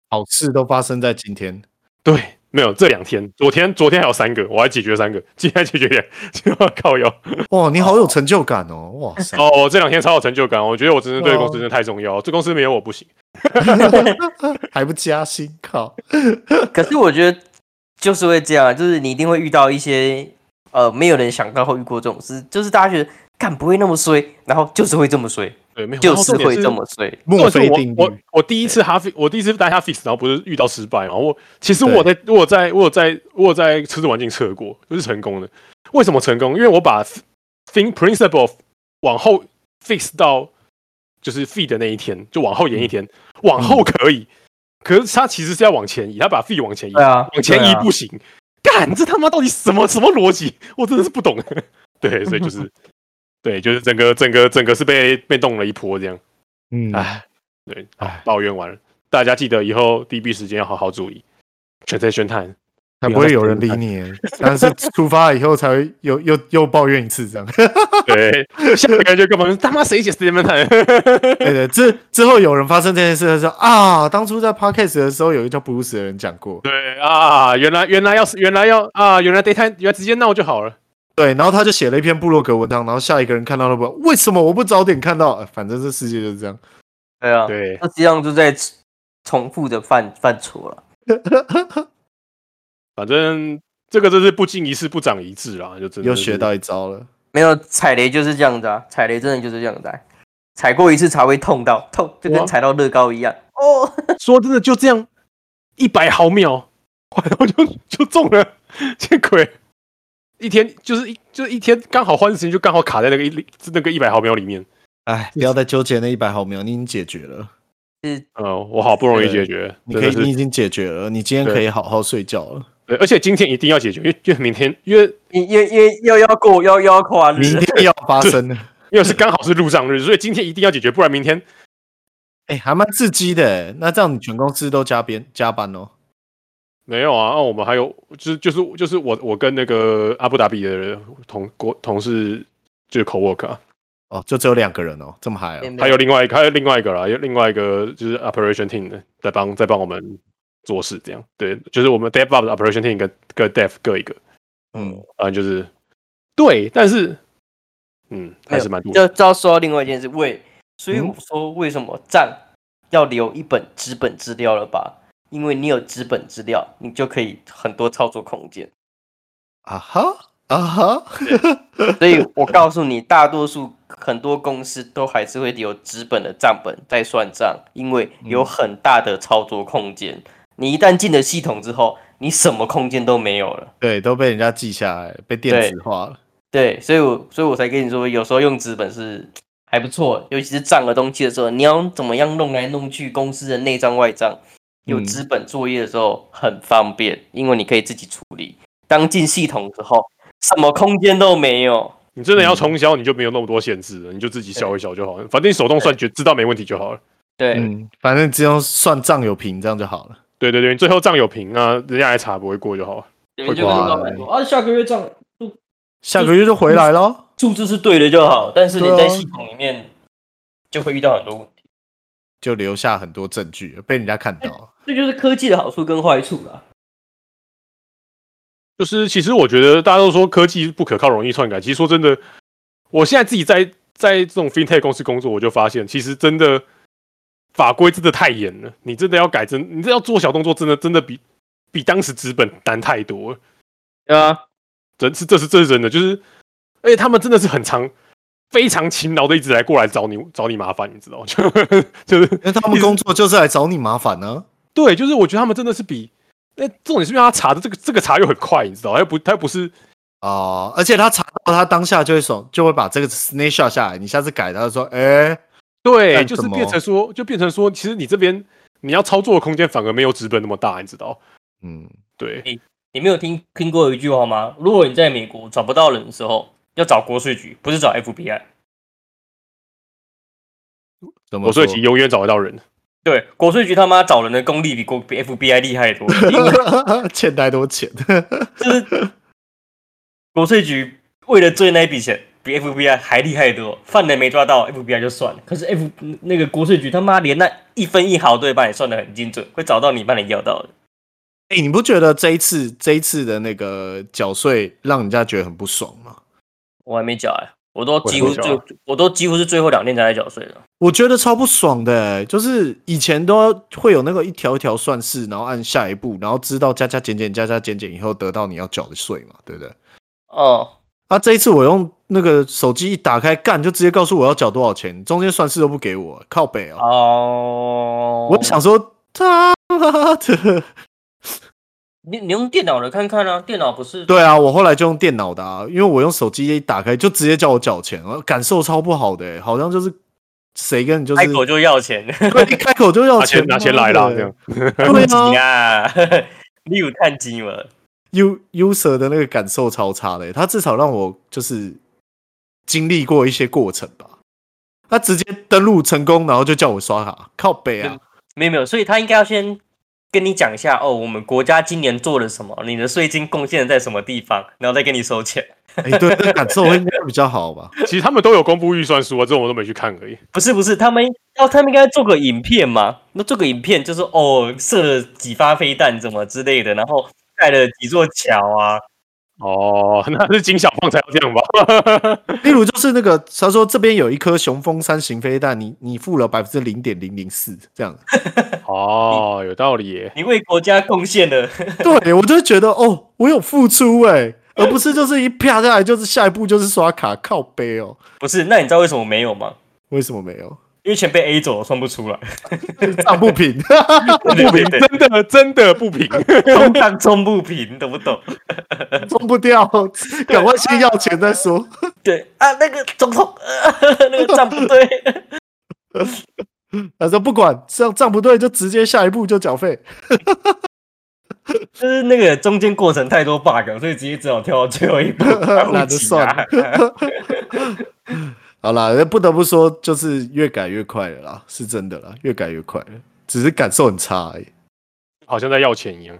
Speaker 1: 好事都发生在今天。
Speaker 3: 对，没有，这两天，昨天昨天还有三个，我还解决三个，今天还解决两，今 天靠腰。
Speaker 1: 哇，你好有成就感哦！哇塞，
Speaker 3: 哦，我这两天超有成就感，我觉得我真的对公司真的太重要，这公司没有我不行。
Speaker 1: 还不加薪，靠！
Speaker 2: 可是我觉得就是会这样，啊就是你一定会遇到一些呃没有人想到会遇过这种事，就是大家觉得干不会那么衰，然后就是会这么衰，
Speaker 3: 对，没有，然
Speaker 2: 就
Speaker 3: 后
Speaker 2: 是
Speaker 3: 重点
Speaker 2: 会
Speaker 3: 是
Speaker 2: 这么衰。
Speaker 1: 墨菲
Speaker 3: 我
Speaker 1: 定
Speaker 3: 我
Speaker 1: 律，
Speaker 3: 我第一次哈 fix，我第一次带他 fix，然后不是遇到失败嘛？我其实
Speaker 1: 对
Speaker 3: 我在我有在我有在我有在车子环境测过，就是成功的。为什么成功？因为我把 thing principle 往后 fix 到就是 feed 的那一天，就往后延一
Speaker 2: 嗯
Speaker 3: 天，往后可以。可是他其实是要往前移，他把 feed 往前移，
Speaker 2: 对啊，
Speaker 3: 往前
Speaker 2: 对
Speaker 3: 移
Speaker 2: 啊
Speaker 3: 不行。干，这他妈到底什么什么逻辑？我真的是不懂。 对，所以 就是，对，就是整个整个整个是被被动了一波这样。
Speaker 1: 嗯，
Speaker 3: 唉，对，唉
Speaker 1: 唉，
Speaker 3: 抱怨完了，大家记得以后 DB 时间要好好注意。全在宣探，
Speaker 1: 才不会有人理你。但是出发以后才会又又又抱怨一次这样。
Speaker 3: 对，下次感觉干嘛？他妈谁写 statement 探？
Speaker 1: 对对，之之后有人发生这件事的时候啊，当初在 podcast 的时候，有一个叫布鲁斯的人讲过，
Speaker 3: 对啊，原来原来要是原来要啊，原来 daytime 原来直接闹就好了。
Speaker 1: 对，然后他就写了一篇部落格文章，然后下一个人看到了不？为什么我不早点看到？呃反正这世界就是这样。
Speaker 2: 对啊，
Speaker 3: 对，
Speaker 2: 那这样就在重复的犯犯错了。
Speaker 3: 反正这个就是不经一事不长一智啦，就真的
Speaker 1: 又
Speaker 3: 是
Speaker 1: 学到一招了，
Speaker 2: 没有踩雷就是这样子啊，踩雷真的就是这样子、啊，踩过一次才会痛到痛，就
Speaker 3: 哇
Speaker 2: 跟踩到乐高一样。哦，
Speaker 3: 说真的就这样一百毫秒， 然后就就中了，这鬼！一天就是一就是一天刚好换时间就刚好卡在那个一那个一百毫秒里面。
Speaker 1: 哎，不要再纠结那一百毫秒，你已经解决了，
Speaker 2: 是
Speaker 3: 嗯，我好不容易解决，
Speaker 1: 你
Speaker 3: 真
Speaker 1: 可
Speaker 3: 的
Speaker 1: 以，
Speaker 3: 是
Speaker 1: 你已经解决了，你今天
Speaker 3: 对
Speaker 1: 可以好好睡觉 了。
Speaker 3: 对，而且今天一定要解决，因为因为明天，因为
Speaker 2: 因因因又要过又又要跨
Speaker 1: 明
Speaker 2: 日了，
Speaker 1: 天要发生了，
Speaker 3: 因为是刚好是路上日，所以今天一定要解决，不然明天
Speaker 1: 哎，还蛮刺激的欸。那这样你全公司都加班加班哦。
Speaker 3: 没有啊。那、我们还有就是就是就是我我跟那个阿布达比的同国同事就是 co work 啊，
Speaker 1: 哦，就只有两个人哦，这么嗨哦。
Speaker 3: 还有另外一个还有另外一个啦，有另外一个就是 operation team 的在帮在帮我们做事，这样对，就是我们 DevOps 的 operation team 跟跟 Dev 各一个，
Speaker 1: 嗯，
Speaker 3: 啊，就是对，但是嗯还是蛮多
Speaker 2: 就就要说到另外一件事，为所以
Speaker 1: 嗯
Speaker 2: 我说为什么账要留一本纸本资料了吧？因为你有纸本资料，你就可以很多操作空间。
Speaker 1: 啊哈啊哈，
Speaker 2: 所以我告诉你，大多数很多公司都还是会留纸本的账本在算账，因为有很大的操作空间。你一旦进了系统之后，你什么空间都没有了。
Speaker 1: 对，都被人家记下来，被电子化了。
Speaker 2: 对，所以我所以我才跟你说，有时候用纸本是还不错，尤其是账的东西的时候，你要怎么样弄来弄去，公司的内账外账，有
Speaker 1: 嗯
Speaker 2: 纸本作业的时候很方便，因为你可以自己处理。当进系统之后，什么空间都没有。
Speaker 3: 你真的要冲销，你就没有那么多限制了，你就自己消一消就好了。反正你手动算，觉知道没问题就好了。
Speaker 2: 对，
Speaker 1: 嗯，反正只用算账有凭，这样就好了。
Speaker 3: 对对对，你最后账有平啊，人家来查不会过就好了。
Speaker 2: 你
Speaker 3: 会
Speaker 2: 们就跟
Speaker 1: 挂
Speaker 2: 老板
Speaker 1: 的
Speaker 2: 说啊，下个月账
Speaker 1: 下个月就嗯回来咯。
Speaker 2: 数字是对的就好，但是你
Speaker 1: 对啊
Speaker 2: 在系统里面就会遇到很多问题。
Speaker 1: 就留下很多证据，被人家看到。
Speaker 2: 这就是科技的好处跟坏处啦。
Speaker 3: 就是其实我觉得大家都说科技不可靠，容易篡改。其实说真的，我现在自己在在这种 fintech 公司工作，我就发现其实真的法规真的太严了。你真的要改真，你这要做小动作，真的真的比比当时资本难太多了。
Speaker 2: 对啊，
Speaker 3: 真是这是这是真的，就是而且他们真的是很常非常勤劳的一直来过来找你找你麻烦，你知道吗？ 就就是
Speaker 1: 因为他们工作就是来找你麻烦呢、
Speaker 3: 对，就是我觉得他们真的是比那重点是因为他查的这个这个查又很快，你知道，他又不他又不是
Speaker 1: 啊。哦，而且他查到他当下就会说，就会把这个 snapshot 下来。你下次改，他就说，哎、
Speaker 3: 对，
Speaker 1: 干
Speaker 3: 就是
Speaker 1: 什么
Speaker 3: 变成说就变成说，其实你这边你要操作的空间反而没有资本那么大，你知道？
Speaker 1: 嗯，
Speaker 3: 对，
Speaker 5: 你没有听听过一句话吗？如果你在美国找不到人的时候，要找国税局，不是找 FBI。
Speaker 1: 怎么哦
Speaker 3: 国
Speaker 1: 说
Speaker 3: 税？局永远找得到人。
Speaker 5: 对，国税局他妈找人的功力比国比 FBI 厉害多了。因为
Speaker 1: 欠太多钱，
Speaker 5: 就是国税局为了追那一笔钱，比 FBI 还厉害多。犯人没抓到，FBI 就算了，可是 F 那个国税局他妈连那一分一毫都会把你算得很精准，会找到你把你要到的。
Speaker 1: 哎、你不觉得这一次这一次的那个缴税让人家觉得很不爽吗？
Speaker 2: 我还没缴哎、我都
Speaker 3: 也
Speaker 2: 几乎
Speaker 3: 没缴
Speaker 2: 最
Speaker 3: 啊
Speaker 2: 我都几乎是最后两天才来缴税的。
Speaker 1: 我觉得超不爽的、欸就是以前都要会有那个一条一条算式，然后按下一步，然后知道加加减减加加减减以后得到你要缴的税嘛，对不对？
Speaker 2: 哦，
Speaker 1: 啊，这一次我用那个手机一打开，干就直接告诉我要缴多少钱，中间算式都不给我，靠北哦！
Speaker 2: 哦，
Speaker 1: 我想说他 妈的，
Speaker 2: 你你用电脑的看看啊，电脑不是
Speaker 1: 对啊，我后来就用电脑的、啊，因为我用手机一打开就直接叫我缴钱，我感受超不好的、欸好像就是谁跟你就是
Speaker 2: 开口就要 钱，
Speaker 1: 对一开口就要
Speaker 3: 拿
Speaker 1: 钱
Speaker 3: 钱，拿钱来啦，
Speaker 1: 妈的
Speaker 3: 这样。
Speaker 1: 对啊
Speaker 2: 你，啊， 你有看机吗？
Speaker 1: U user 的那个感受超差的欸，他至少让我就是经历过一些过程吧。他直接登录成功，然后就叫我刷卡，靠北啊！
Speaker 2: 没有没有，所以他应该要先跟你讲一下哦，我们国家今年做了什么，你的税金贡献在什么地方，然后再跟你收钱。
Speaker 1: 哎、对，这感受应该比较好吧？
Speaker 3: 其实他们都有公布预算书啊，这种我都没去看而已。
Speaker 2: 不是不是，他们要他们应该做个影片嘛？那做个影片就是哦，射了几发飞弹怎么之类的，然后盖了几座桥啊。
Speaker 3: 哦， 那是金小胖才要这样吧？
Speaker 1: 例如就是那个，他说这边有一颗雄风三型飞弹，你你付了百分之零点零零四这样。
Speaker 3: 哦，有道理耶。
Speaker 2: 你为国家贡献了，
Speaker 1: 对我就觉得哦，我有付出哎、而不是就是一啪下来就是下一步就是刷卡，靠北哦。
Speaker 2: 不是？那你知道为什么没有吗？
Speaker 1: 为什么没有？
Speaker 2: 因为钱被 A 走了，算不出来。
Speaker 1: 账不平。
Speaker 2: 对对对对，
Speaker 3: 真的真的不平，
Speaker 2: 冲当冲不平，你懂不懂？
Speaker 1: 冲不掉，赶快先要钱再说。
Speaker 2: 对啊，那个总统， 那个账不对。
Speaker 1: 他说不管账账不对，就直接下一步就缴费。
Speaker 2: 就是那个中间过程太多 bug，了所以直接只好跳到最后 一步，
Speaker 1: 懒得
Speaker 2: 啊
Speaker 1: 算 了好啦，不得不说，就是越改越快了啦，是真的啦，越改越快了，只是感受很差而已。
Speaker 3: 好像在要钱一样。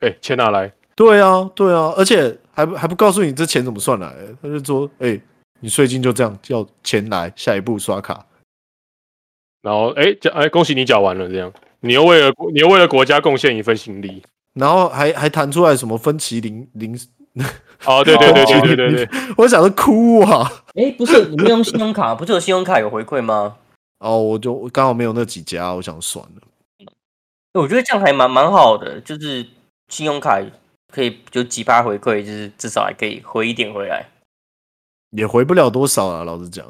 Speaker 3: 哎，钱拿来，
Speaker 1: 对啊，对啊，而且还不还不告诉你这钱怎么算来的，他就说，哎、你税金就这样，要钱来，下一步刷卡。
Speaker 3: 然后哎，这哎，恭喜你缴完了，这样你又为了你又为了国家贡献一份心力。
Speaker 1: 然后还还弹出来什么分歧零零，
Speaker 3: 哦，对对对对对对对，
Speaker 1: 我想着哭啊！
Speaker 2: 哎，不是，你们用信用卡， 不是有信用卡有回馈吗？
Speaker 1: 哦，我就我刚好没有那几家，我想算了。
Speaker 2: 诶我觉得这样还蛮蛮好的，就是信用卡可以有几趴回馈，就是至少还可以回一点回来。
Speaker 1: 也回不了多少啊，老实讲。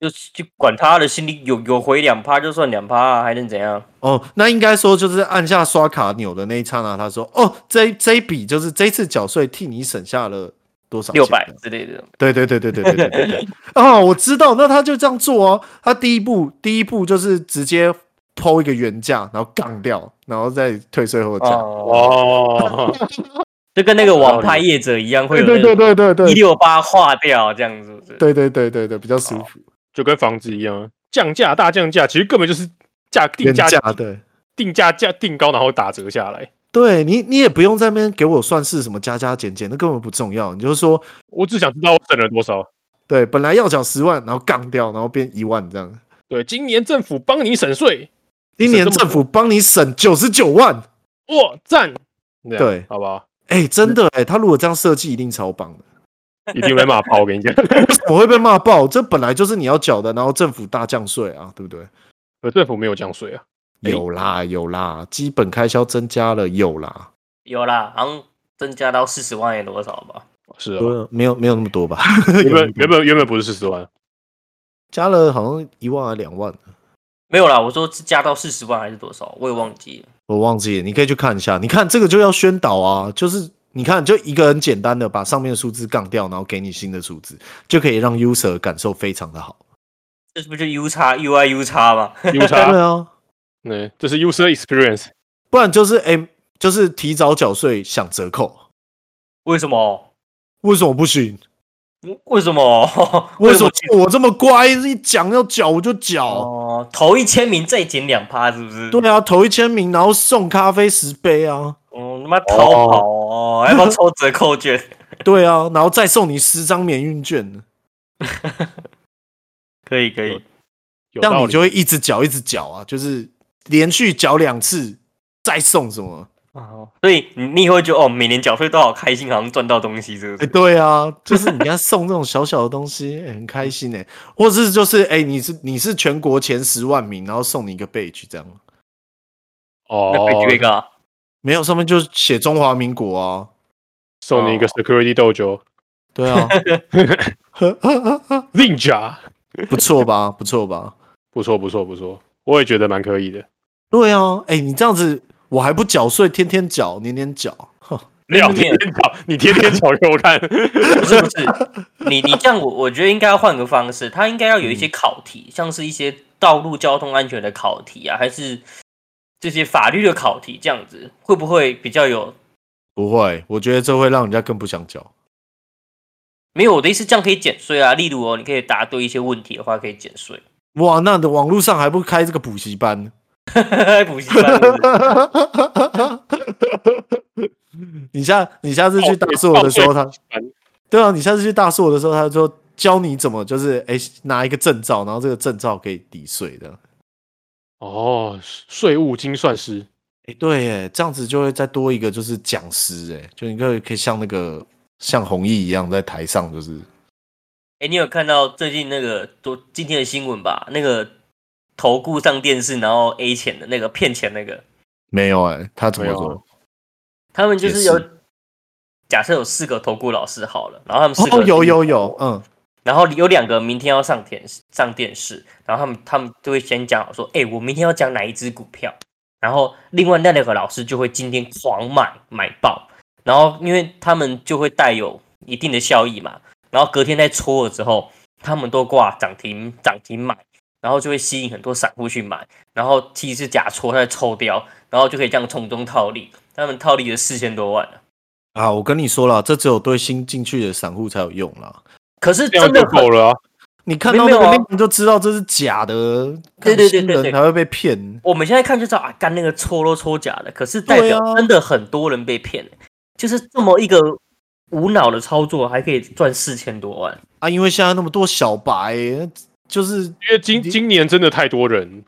Speaker 2: 就是就管他的心里有有回两趴就算两趴、啊，还能怎样？
Speaker 1: 哦，那应该说就是按下刷卡钮的那一刹那，他说：“哦，这这一笔就是这一次缴税替你省下了多少钱
Speaker 2: 六百之类的，
Speaker 1: 对对对对对对对对对。哦，我知道，那他就这样做哦。他第一步，第一步就是直接抛一个原价，然后杠掉，然后再退税后价。
Speaker 2: 哦，
Speaker 3: 哦，
Speaker 2: 就跟那个网拍业者一样，会
Speaker 1: 对
Speaker 2: 有
Speaker 1: 对对对对
Speaker 2: 一
Speaker 1: 对
Speaker 2: 六八划掉这样子。，
Speaker 1: 对对对对对，比较舒服，
Speaker 3: 就跟房子一样啊，降价大降价，其实根本就是价定
Speaker 1: 原
Speaker 3: 价
Speaker 1: 价对。
Speaker 3: 定价价定高，然后打折下来。
Speaker 1: 对你，你也不用在那边给我算是什么加加减减，那根本不重要。你就说，
Speaker 3: 我只想知道我省了多少。
Speaker 1: 对，本来要缴十万，然后杠掉，然后变一万这样。
Speaker 3: 对，今年政府帮你省税，
Speaker 1: 今年政府帮你省九十九万，
Speaker 3: 哇，赞！这样
Speaker 1: 对
Speaker 3: 好不好？
Speaker 1: 哎、真的哎、他如果这样设计，一定超棒的。
Speaker 3: 一定被骂跑，我跟你讲，
Speaker 1: 我会被骂爆，这本来就是你要缴的，然后政府大降税啊，对不对？
Speaker 3: 可政府没有降税啊。哎
Speaker 1: 有啦有啦，基本开销增加了，有啦，
Speaker 2: 有啦，好像增加到四十万也多少吧？
Speaker 3: 是啊，
Speaker 1: 呃没有没有那么多吧？
Speaker 3: 原本
Speaker 1: 有
Speaker 3: 原本原本不是四十万，
Speaker 1: 加了好像一万还两万，
Speaker 2: 没有啦，我说是加到四十万还是多少，我也忘记了。
Speaker 1: 我忘记了，你可以去看一下。你看这个就要宣导啊，就是你看就一个很简单的把上面的数字杠掉，然后给你新的数字，就可以让 user 感受非常的好。
Speaker 2: 这是不是就 U 叉 U I U 叉嘛？
Speaker 3: U
Speaker 1: 对
Speaker 3: 差，
Speaker 1: 啊，
Speaker 3: 对，这是 user experience，
Speaker 1: 不然就是哎、就是提早缴税享折扣，
Speaker 2: 为什么？
Speaker 1: 为什么不行？
Speaker 2: 为什么？
Speaker 1: 为什么我这么乖，一讲要缴我就缴？
Speaker 2: 哦，头一千名再减两趴，是不是？
Speaker 1: 对啊，投一千名，然后送咖啡十杯啊，
Speaker 2: 嗯，他妈逃跑哦，要不要抽折扣券？
Speaker 1: 对啊，然后再送你十张免运券，
Speaker 2: 可以可以，
Speaker 3: 有
Speaker 1: 这样
Speaker 3: 道
Speaker 1: 你
Speaker 3: 理
Speaker 1: 就。会一直缴一直缴啊，就是连续缴两次，再送什么
Speaker 6: 哦，所以你你以后会觉得哦，每年缴税都好开心，好像赚到东西，是不
Speaker 1: 哎、
Speaker 6: 是？
Speaker 1: 对啊，就是你给他送这种小小的东西， 哎很开心哎、或者是就是哎、你是你是全国前十万名，然后送你一个 badge 这样，
Speaker 3: 哦
Speaker 6: 那被追个啊，
Speaker 1: 没有上面就写中华民国啊，
Speaker 3: 送你一个 security 斗酒
Speaker 1: 对 啊，
Speaker 3: ninja，
Speaker 1: 不错吧，不错吧，
Speaker 3: 不错不错不错，我也觉得蛮可以的。
Speaker 1: 对啊，哎、你这样子我还不缴税，天天缴，年年缴，哼
Speaker 3: 没有天天吵，你天天吵给我看。
Speaker 6: 不是不是，
Speaker 2: 你你这样我，我觉得应该要换个方式，它应该要有一
Speaker 1: 嗯
Speaker 2: 些考题，像是一些道路交通安全的考题啊，还是这些法律的考题，这样子会不会比较有？
Speaker 1: 不会，我觉得这会让人家更不想缴。
Speaker 2: 没有，我的意思这样可以减税啊。例如哦，你可以答对一些问题的话，可以减税。
Speaker 1: 哇，那的网络上还不开这个补习班？
Speaker 2: 补习班是不是
Speaker 1: 你下你下次去大硕的时候，他对啊，你下次去大硕的时候，他就说教你怎么就是哎、拿一个证照，然后这个证照可以抵税的。
Speaker 3: 哦，税务精算师，
Speaker 1: 哎、对耶，这样子就会再多一个就是讲师哎，就你可以可以像那个像弘毅一样在台上就是
Speaker 2: 哎、你有看到最近那个昨今天的新闻吧？那个投顾上电视，然后 A 钱的那个骗钱那个，
Speaker 1: 没有哎，他怎么
Speaker 3: 没有
Speaker 1: 做
Speaker 3: 啊？
Speaker 2: 他们就
Speaker 1: 也
Speaker 2: 是
Speaker 1: 是
Speaker 2: 有假设有四个投顾老师好了，然后他们四个
Speaker 1: 哦，有有有，嗯，
Speaker 2: 然后有两个明天要上电视上电视，然后他们他们就会先讲好说，哎、我明天要讲哪一只股票，然后另外那两个老师就会今天狂买买爆，然后因为他们就会带有一定的效益嘛，然后隔天再搓了之后，他们都挂涨停涨停买，然后就会吸引很多散户去买，然后其实是假搓再抽掉，然后就可以这样从中套利，他们套利了四千多万了
Speaker 1: 啊，我跟你说了，这只有对新进去的散户才有用啦。
Speaker 2: 可是
Speaker 3: 这样
Speaker 2: 真
Speaker 3: 就
Speaker 2: 的很
Speaker 3: 够了啊。
Speaker 1: 你看到那
Speaker 2: 没有
Speaker 1: 个
Speaker 2: 啊
Speaker 1: 令你就知道这是假的，
Speaker 2: 对对对对
Speaker 1: 看新人
Speaker 2: 对
Speaker 1: 才会被骗。
Speaker 2: 我们现在看就知道啊，干那个搓都搓假的，可是代表
Speaker 1: 对啊
Speaker 2: 真的很多人被骗、欸就是这么一个无脑的操作，还可以赚四千多万。
Speaker 1: 啊，因为现在那么多小白，就是
Speaker 3: 因为今今年真的太多人，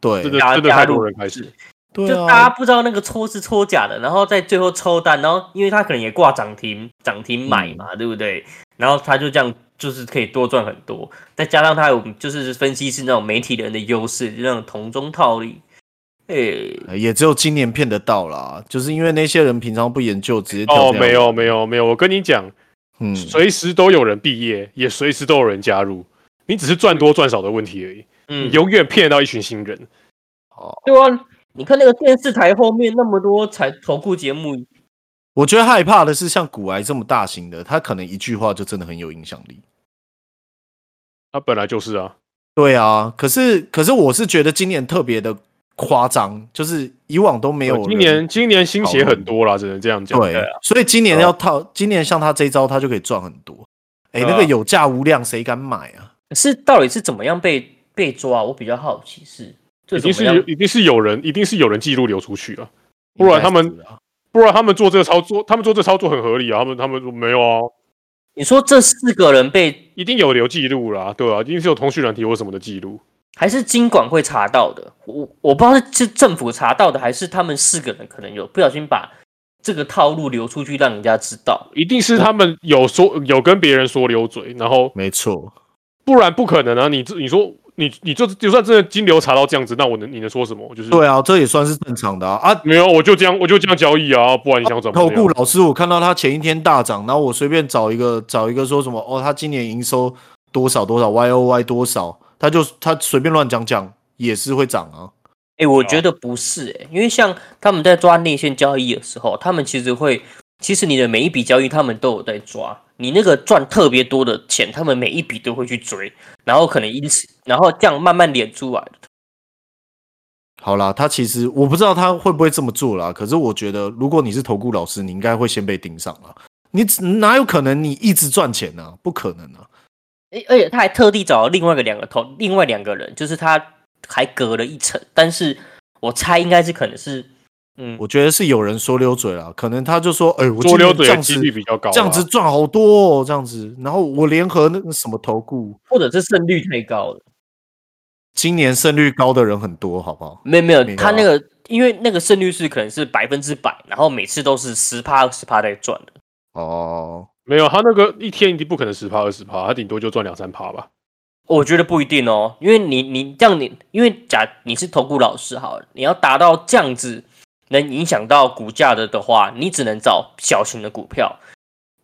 Speaker 1: 对
Speaker 3: 真的
Speaker 2: 加
Speaker 3: 真的太多
Speaker 2: 加入
Speaker 3: 人开始，
Speaker 1: 对
Speaker 2: 就大家
Speaker 1: 啊，
Speaker 2: 不知道那个搓是搓假的，然后在最后抽单，然后因为他可能也挂涨停，涨停买嘛，对不对？然后他就这样，就是可以多赚很多，再加上他有就是分析师那种媒体人的优势，就那种同中套利。诶、
Speaker 1: 呃也只有今年骗得到啦，就是因为那些人平常不研究，直接跳
Speaker 3: 哦，
Speaker 1: 这样
Speaker 3: 没，有没有没有，我跟你讲，
Speaker 1: 嗯，
Speaker 3: 随时都有人毕业，也随时都有人加入，你只是赚多赚少的问题而已，你
Speaker 2: 嗯，
Speaker 3: 永远骗得到一群新人。
Speaker 2: 对啊，你看那个电视台后面那么多才投顾节目，
Speaker 1: 我觉得害怕的是像古癌这么大型的，他可能一句话就真的很有影响力。
Speaker 3: 他本来就是啊，
Speaker 1: 对啊，可是可是我是觉得今年特别的夸张，就是以往都没有人。
Speaker 3: 今年今年新鞋很多啦，只能这样讲。啊嗯
Speaker 1: 对，所以今年要套，今年像他这一招，他就可以赚很多。哎、
Speaker 3: 对啊
Speaker 1: 那个有价无量，谁敢买啊？
Speaker 2: 是到底是怎么样被被抓？我比较好奇是，就
Speaker 3: 一
Speaker 2: 怎
Speaker 3: 定
Speaker 2: 么
Speaker 3: 是
Speaker 2: 样
Speaker 3: 有一定是有人，一定是有人记录流出去啊，不然他们
Speaker 1: 应该是啊
Speaker 3: 不然他们做这个操作，他们做这个操作很合理啊，他们他们说没有啊，
Speaker 2: 你说这四个人被
Speaker 3: 一定有留记录啦，对啊，一定是有通讯软体或什么的记录。
Speaker 2: 还是经管会查到的？我我不知道是是政府查到的，还是他们四个人可能有不小心把这个套路流出去，让人家知道。
Speaker 3: 一定是他们有说有跟别人说溜嘴，然后
Speaker 1: 没错，
Speaker 3: 不然不可能啊！你这你说你你就就算真的金流查到这样子，那我能你能说什么？就是
Speaker 1: 对啊，这也算是正常的啊。啊
Speaker 3: 没有，我就这样我就这样交易啊，不然你想怎么
Speaker 1: 哦投
Speaker 3: 样？
Speaker 1: 顾老师，我看到他前一天大涨，然后我随便找一个找一个说什么哦，他今年营收多少多少，Y O Y 多少，他就他随便乱讲讲也是会涨啊。
Speaker 2: 哎、我觉得不是哎、因为像他们在抓内线交易的时候，他们其实会，其实你的每一笔交易他们都有在抓，你那个赚特别多的钱，他们每一笔都会去追，然后可能因此，然后这样慢慢敛出来。
Speaker 1: 好啦，他其实我不知道他会不会这么做啦，可是我觉得如果你是投顾老师，你应该会先被盯上啦。你只哪有可能你一直赚钱呢、不可能啊！
Speaker 2: 诶而且他还特地找了另外一个两个头，另外两个人，就是他还隔了一层，但是我猜应该是可能是，嗯，
Speaker 1: 我觉得是有人说溜嘴了，可能他就说：“哎、我
Speaker 3: 说
Speaker 1: 今
Speaker 3: 溜
Speaker 1: 天
Speaker 3: 嘴
Speaker 1: 这
Speaker 3: 的
Speaker 1: 样
Speaker 3: 几
Speaker 1: 子
Speaker 3: 率比较高啊，
Speaker 1: 这样子赚好多、哦，这样子。”然后我联合那个什么投顾，
Speaker 2: 或者是胜率太高了。
Speaker 1: 今年胜率高的人很多，好不好？
Speaker 2: 没有没有
Speaker 1: 没，有
Speaker 2: 他
Speaker 1: 啊
Speaker 2: 那个因为那个胜率是可能是百分之百，然后每次都是十趴十趴在赚的。
Speaker 1: 哦，
Speaker 3: 没有，他那个一天一定不可能十趴二十趴，他顶多就赚两三趴吧。
Speaker 2: 我觉得不一定哦，因为你你这样你，因为假你是投顾老师好了，你要达到这样子能影响到股价的的话，你只能找小型的股票，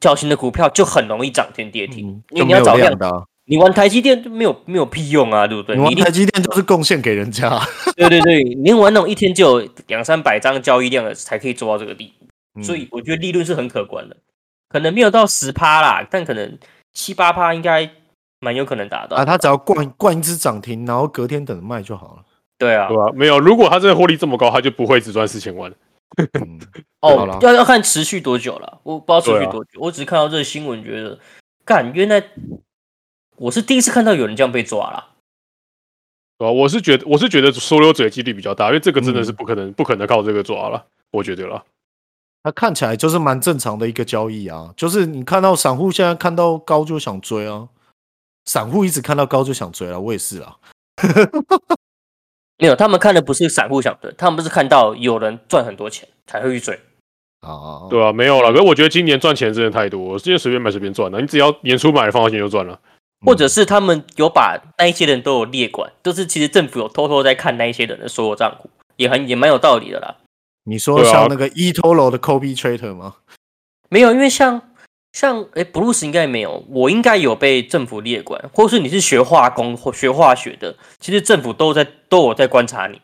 Speaker 2: 小型的股票就很容易涨天跌停，因为
Speaker 1: 嗯就
Speaker 2: 你
Speaker 1: 没
Speaker 2: 要
Speaker 1: 有
Speaker 2: 找量
Speaker 1: 量，的啊、
Speaker 2: 你玩台积电就没有没有屁用啊，对不对？
Speaker 1: 你
Speaker 2: 你
Speaker 1: 玩
Speaker 2: 一定
Speaker 1: 台积电就是贡献给人家啊，
Speaker 2: 对对对，你玩那种一天就有两三百张交易量的，才可以做到这个地
Speaker 1: 嗯
Speaker 2: 所以我觉得利润是很可观的，可能没有到十趴啦，但可能七八趴应该蛮有可能达到
Speaker 1: 啊，他只要灌灌一只涨停，然后隔天等着卖就好了。
Speaker 2: 对啊
Speaker 3: 对，吧、没有，如果他真的获利这么高，他就不会只赚四千万。
Speaker 1: 嗯，好啦
Speaker 2: 哦，要要看持续多久了，我不知道持
Speaker 3: 对
Speaker 2: 续
Speaker 3: 啊
Speaker 2: 多久，我只是看到这个新闻，觉得干原来我是第一次看到有人这样被抓啦。
Speaker 3: 对吧、我是觉得，我是觉得收溜嘴的几率比较大，因为这个真的
Speaker 2: 嗯
Speaker 3: 是不可能，不可能靠这个抓了，我觉得啦。
Speaker 1: 他看起来就是蛮正常的一个交易啊，就是你看到散户现在看到高就想追啊，散户一直看到高就想追啊，我也是啊。
Speaker 2: 没有，他们看的不是散户想的，他们是看到有人赚很多钱才会去追。
Speaker 1: 啊，
Speaker 2: 哦
Speaker 3: 对啊，没有了。可是我觉得今年赚钱真的太多，今年随便买随便赚了，你只要年初买放到钱就赚了。
Speaker 1: 嗯
Speaker 2: 或者是他们有把那一些人都有列管，就是其实政府有偷偷在看那一些人的所有账户，也很也蛮有道理的啦。
Speaker 1: 你说
Speaker 3: 对啊
Speaker 1: 像那个 eToro 的 Kobe Trader 吗？
Speaker 2: 没有，因为像像哎，Bruce 应该没有，我应该有被政府列管，或是你是学化工或学化学的，其实政府都在都有在观察你。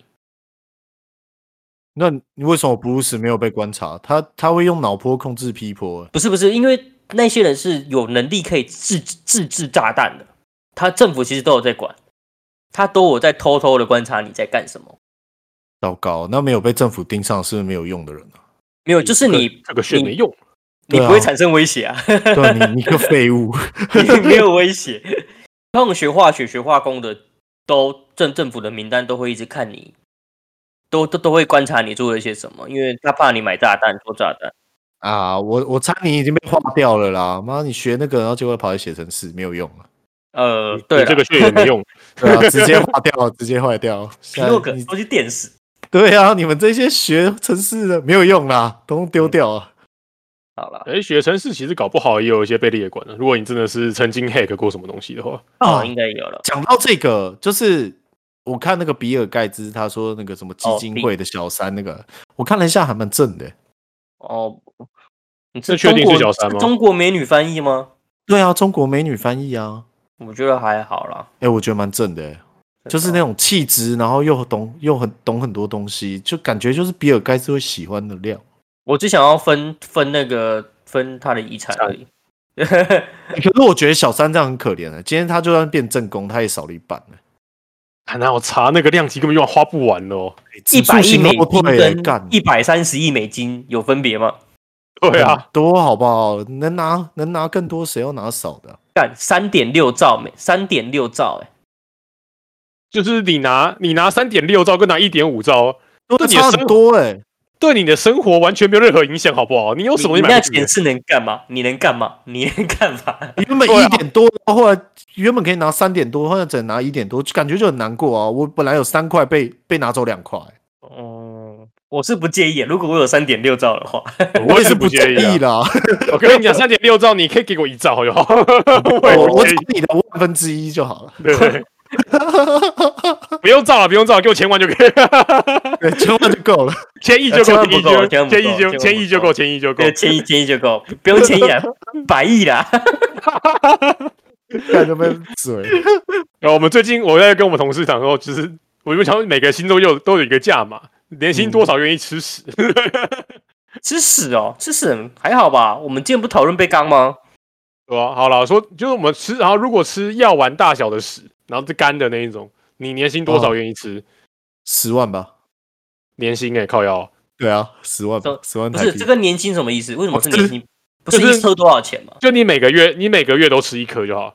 Speaker 1: 那你为什么 Bruce 没有被观察？他他会用脑波控制 P 波、欸
Speaker 2: 不是不是，因为那些人是有能力可以自自制炸弹的，他政府其实都有在管，他都有在偷偷的观察你在干什么。
Speaker 1: 糟糕，那没有被政府盯上是不是没有用的人啊？
Speaker 2: 没有，就是你
Speaker 3: 这个炫没
Speaker 2: 你
Speaker 3: 用，
Speaker 2: 你
Speaker 1: 对啊
Speaker 2: 不会产生威胁啊。
Speaker 1: 对你你个废物，
Speaker 2: 没有威胁。他们学化学、学化工的，都政政府的名单都会一直看你，都都都会观察你做了些什么，因为他怕你买炸弹、做炸弹。
Speaker 1: 啊！我我猜你已经被划掉了啦！妈，你学那个，然后结果跑去写程式，没有用啊！
Speaker 2: 呃，
Speaker 3: 你
Speaker 2: 对
Speaker 3: 这
Speaker 2: 了
Speaker 3: 个，炫也没用。
Speaker 1: 对啊，直接划掉，直接坏掉。
Speaker 2: 皮诺
Speaker 1: 现在
Speaker 2: 可
Speaker 1: 你
Speaker 2: 都去电死。
Speaker 1: 对啊，你们这些学程式的没有用啦，都丢掉啊！
Speaker 2: 好了，
Speaker 3: 哎，学城市其实搞不好也有一些被列管的。如果你真的是曾经 hack 过什么东西的话，
Speaker 1: 啊
Speaker 2: 哦，应该有了。
Speaker 1: 讲到这个，就是我看那个比尔盖茨他说那个什么基
Speaker 2: 哦
Speaker 1: 金
Speaker 2: 比
Speaker 1: 会的小三那个，我看了一下，还蛮正的欸、
Speaker 2: 哦，你
Speaker 3: 这确定是
Speaker 2: 中国
Speaker 3: 小三吗
Speaker 2: 中国美女翻译吗？
Speaker 1: 对啊，中国美女翻译啊，
Speaker 2: 我觉得还好啦，
Speaker 1: 哎、我觉得蛮正的、欸，就是那种气质，然后又懂又很懂很多东西，就感觉就是比尔盖茨会喜欢的料。
Speaker 2: 我只想要分分那个分他的遗产而已。
Speaker 1: 欸可是我觉得小三这样很可怜的、啊今天他就算变正宫，他也少了一半了、
Speaker 3: 啊那我查那个量级根本就花不完的哦。
Speaker 1: 欸
Speaker 2: 一百亿美
Speaker 1: 指数型
Speaker 2: 金
Speaker 1: 后退欸
Speaker 2: 跟
Speaker 1: 干
Speaker 2: 一百三十亿美金有分别吗？
Speaker 3: 对
Speaker 2: 嗯
Speaker 3: 啊，
Speaker 1: 很多好不好？能拿能拿更多，谁要拿少的啊、
Speaker 2: 干三点六兆美，三点六兆哎、
Speaker 3: 就是你拿你拿三点六兆跟拿一点五兆，
Speaker 1: 都
Speaker 3: 对你的
Speaker 1: 差
Speaker 3: 生
Speaker 1: 很多哎、
Speaker 3: 对啊你的生活完全没有任何影响，好不好？你有什么你
Speaker 2: 你你
Speaker 3: 买
Speaker 2: 那
Speaker 3: 不起
Speaker 2: 钱
Speaker 3: 的？
Speaker 2: 是能干嘛？你能干嘛？你能干嘛？
Speaker 1: 原本
Speaker 3: 对啊
Speaker 1: 一点多，后来原本可以拿三点多，后来只能拿一点多，就感觉就很难过啊！我本来有三块被被拿走两块，
Speaker 3: 哦
Speaker 2: 嗯，我是不介意，如果我有三点六兆的话，
Speaker 3: 我也
Speaker 1: 我也
Speaker 3: 是
Speaker 1: 是
Speaker 3: 不
Speaker 1: 不
Speaker 3: 介
Speaker 1: 介
Speaker 3: 意啊
Speaker 1: 意
Speaker 3: 的。
Speaker 1: 啦。
Speaker 3: 我跟你讲，三点六兆你可以给我一兆就好， 我也
Speaker 1: 我
Speaker 3: 不
Speaker 1: 我
Speaker 3: 介
Speaker 1: 找
Speaker 3: 意。
Speaker 1: 你的万分之一就好了。
Speaker 3: 对对， 对不用照了，不用照了，给我千万就可以了，
Speaker 1: 对，千万就够了。
Speaker 3: 千亿就
Speaker 2: 呃千
Speaker 3: 够，
Speaker 2: 万
Speaker 3: 千亿
Speaker 2: 不
Speaker 3: 就
Speaker 2: 够
Speaker 3: 够，
Speaker 2: 千万不够
Speaker 3: 千亿就
Speaker 2: 千
Speaker 3: 千
Speaker 2: 万
Speaker 3: 亿
Speaker 2: 不
Speaker 3: 就够，
Speaker 2: 够
Speaker 3: 千亿就够
Speaker 2: 对，。千亿千亿就够，不用千亿 啦，百亿啦。
Speaker 1: 看就被嘴。
Speaker 3: 然后我们最近我在跟我们同事讲说，就是我们想说每个星座又都有一个价码，年
Speaker 2: 嗯
Speaker 3: 薪多少愿意吃屎。
Speaker 2: 吃屎哦，吃屎很还好吧？我们今天不讨论被刚吗？
Speaker 3: 对吧、好了，说就是我们吃，然后如果吃药丸大小的屎，然后是干的那一种，你年薪多少
Speaker 2: 嗯
Speaker 3: 愿意吃？
Speaker 1: 十万吧？
Speaker 3: 年薪哎、靠腰，
Speaker 1: 对啊，十万吧
Speaker 2: 这，
Speaker 1: 十万
Speaker 2: 不
Speaker 1: 台
Speaker 2: 是
Speaker 1: 币。
Speaker 2: 这个年薪什么意思？为什么是
Speaker 1: 就是
Speaker 2: 年薪？不是
Speaker 3: 哦就
Speaker 2: 一
Speaker 3: 是
Speaker 2: 车多少钱吗？
Speaker 3: 就你每个月你每个月都吃一颗就好。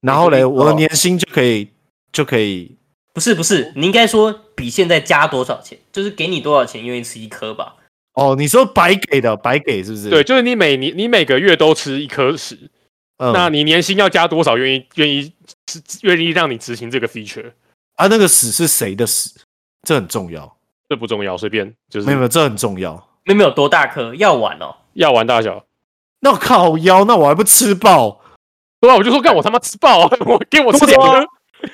Speaker 1: 然后嘞，
Speaker 2: 哦
Speaker 1: 我的年薪就可以就可以
Speaker 2: 不是不是，你应该说比现在加多少钱，就是给你多少钱愿意吃一颗吧？
Speaker 1: 哦。你说白给的，白给是不是？
Speaker 3: 对，，就是你每你你每个月都吃一颗屎，
Speaker 1: 嗯、
Speaker 3: 那你年薪要加多少愿意愿意执愿意让你执行这个 feature？
Speaker 1: 啊，那个屎是谁的屎？这很重要。
Speaker 3: 这不重要，随便就是
Speaker 1: 没有没有，这很重要。
Speaker 2: 那没有多大颗，药丸哦，
Speaker 3: 药丸大小。
Speaker 1: 那我靠腰，那我还不吃爆？
Speaker 3: 对啊，我就说干我他妈吃爆、啊， 我给我吃
Speaker 1: 对
Speaker 3: 两
Speaker 1: 啊
Speaker 3: 颗，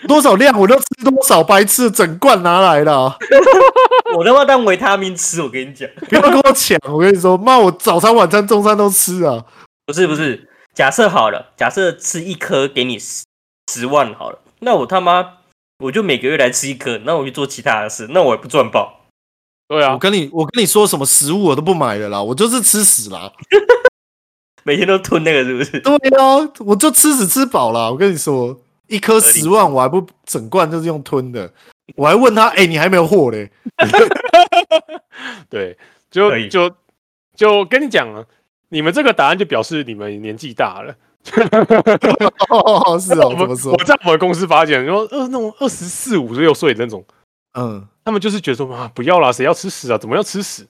Speaker 1: 多少量我就吃多少，白痴，整罐拿来了啊，
Speaker 2: 我他妈当维他命吃，我跟你讲，
Speaker 1: 不要跟我抢！我跟你说，妈，我早餐、晚餐、中餐都吃啊。
Speaker 2: 不是不是，假设好了，假设吃一颗给你十十万好了，那我他妈我就每个月来吃一颗，那我去做其他的事，那我也不赚爆。
Speaker 3: 对
Speaker 1: 我
Speaker 3: 啊，
Speaker 1: 跟你，我跟你说，什么食物我都不买了啦，我就是吃屎啦。
Speaker 2: 每天都吞那个是不是？
Speaker 1: 对啊，我就吃屎吃饱啦。我跟你说，一颗
Speaker 2: 合理
Speaker 1: 十万，我还不整罐就是用吞的。我还问他，哎、你还没有货嘞？
Speaker 3: 对，就
Speaker 2: 可以
Speaker 3: 就就跟你讲啊，你们这个答案就表示你们年纪大了。
Speaker 1: 哦，是哦，
Speaker 3: 我
Speaker 1: 怎么
Speaker 3: 们
Speaker 1: 说
Speaker 3: 我？在我们公司发现，然后呃那种二十四五六岁的那种，
Speaker 1: 嗯，
Speaker 3: 他们就是觉得说啊不要啦，谁要吃屎啊？怎么要吃屎？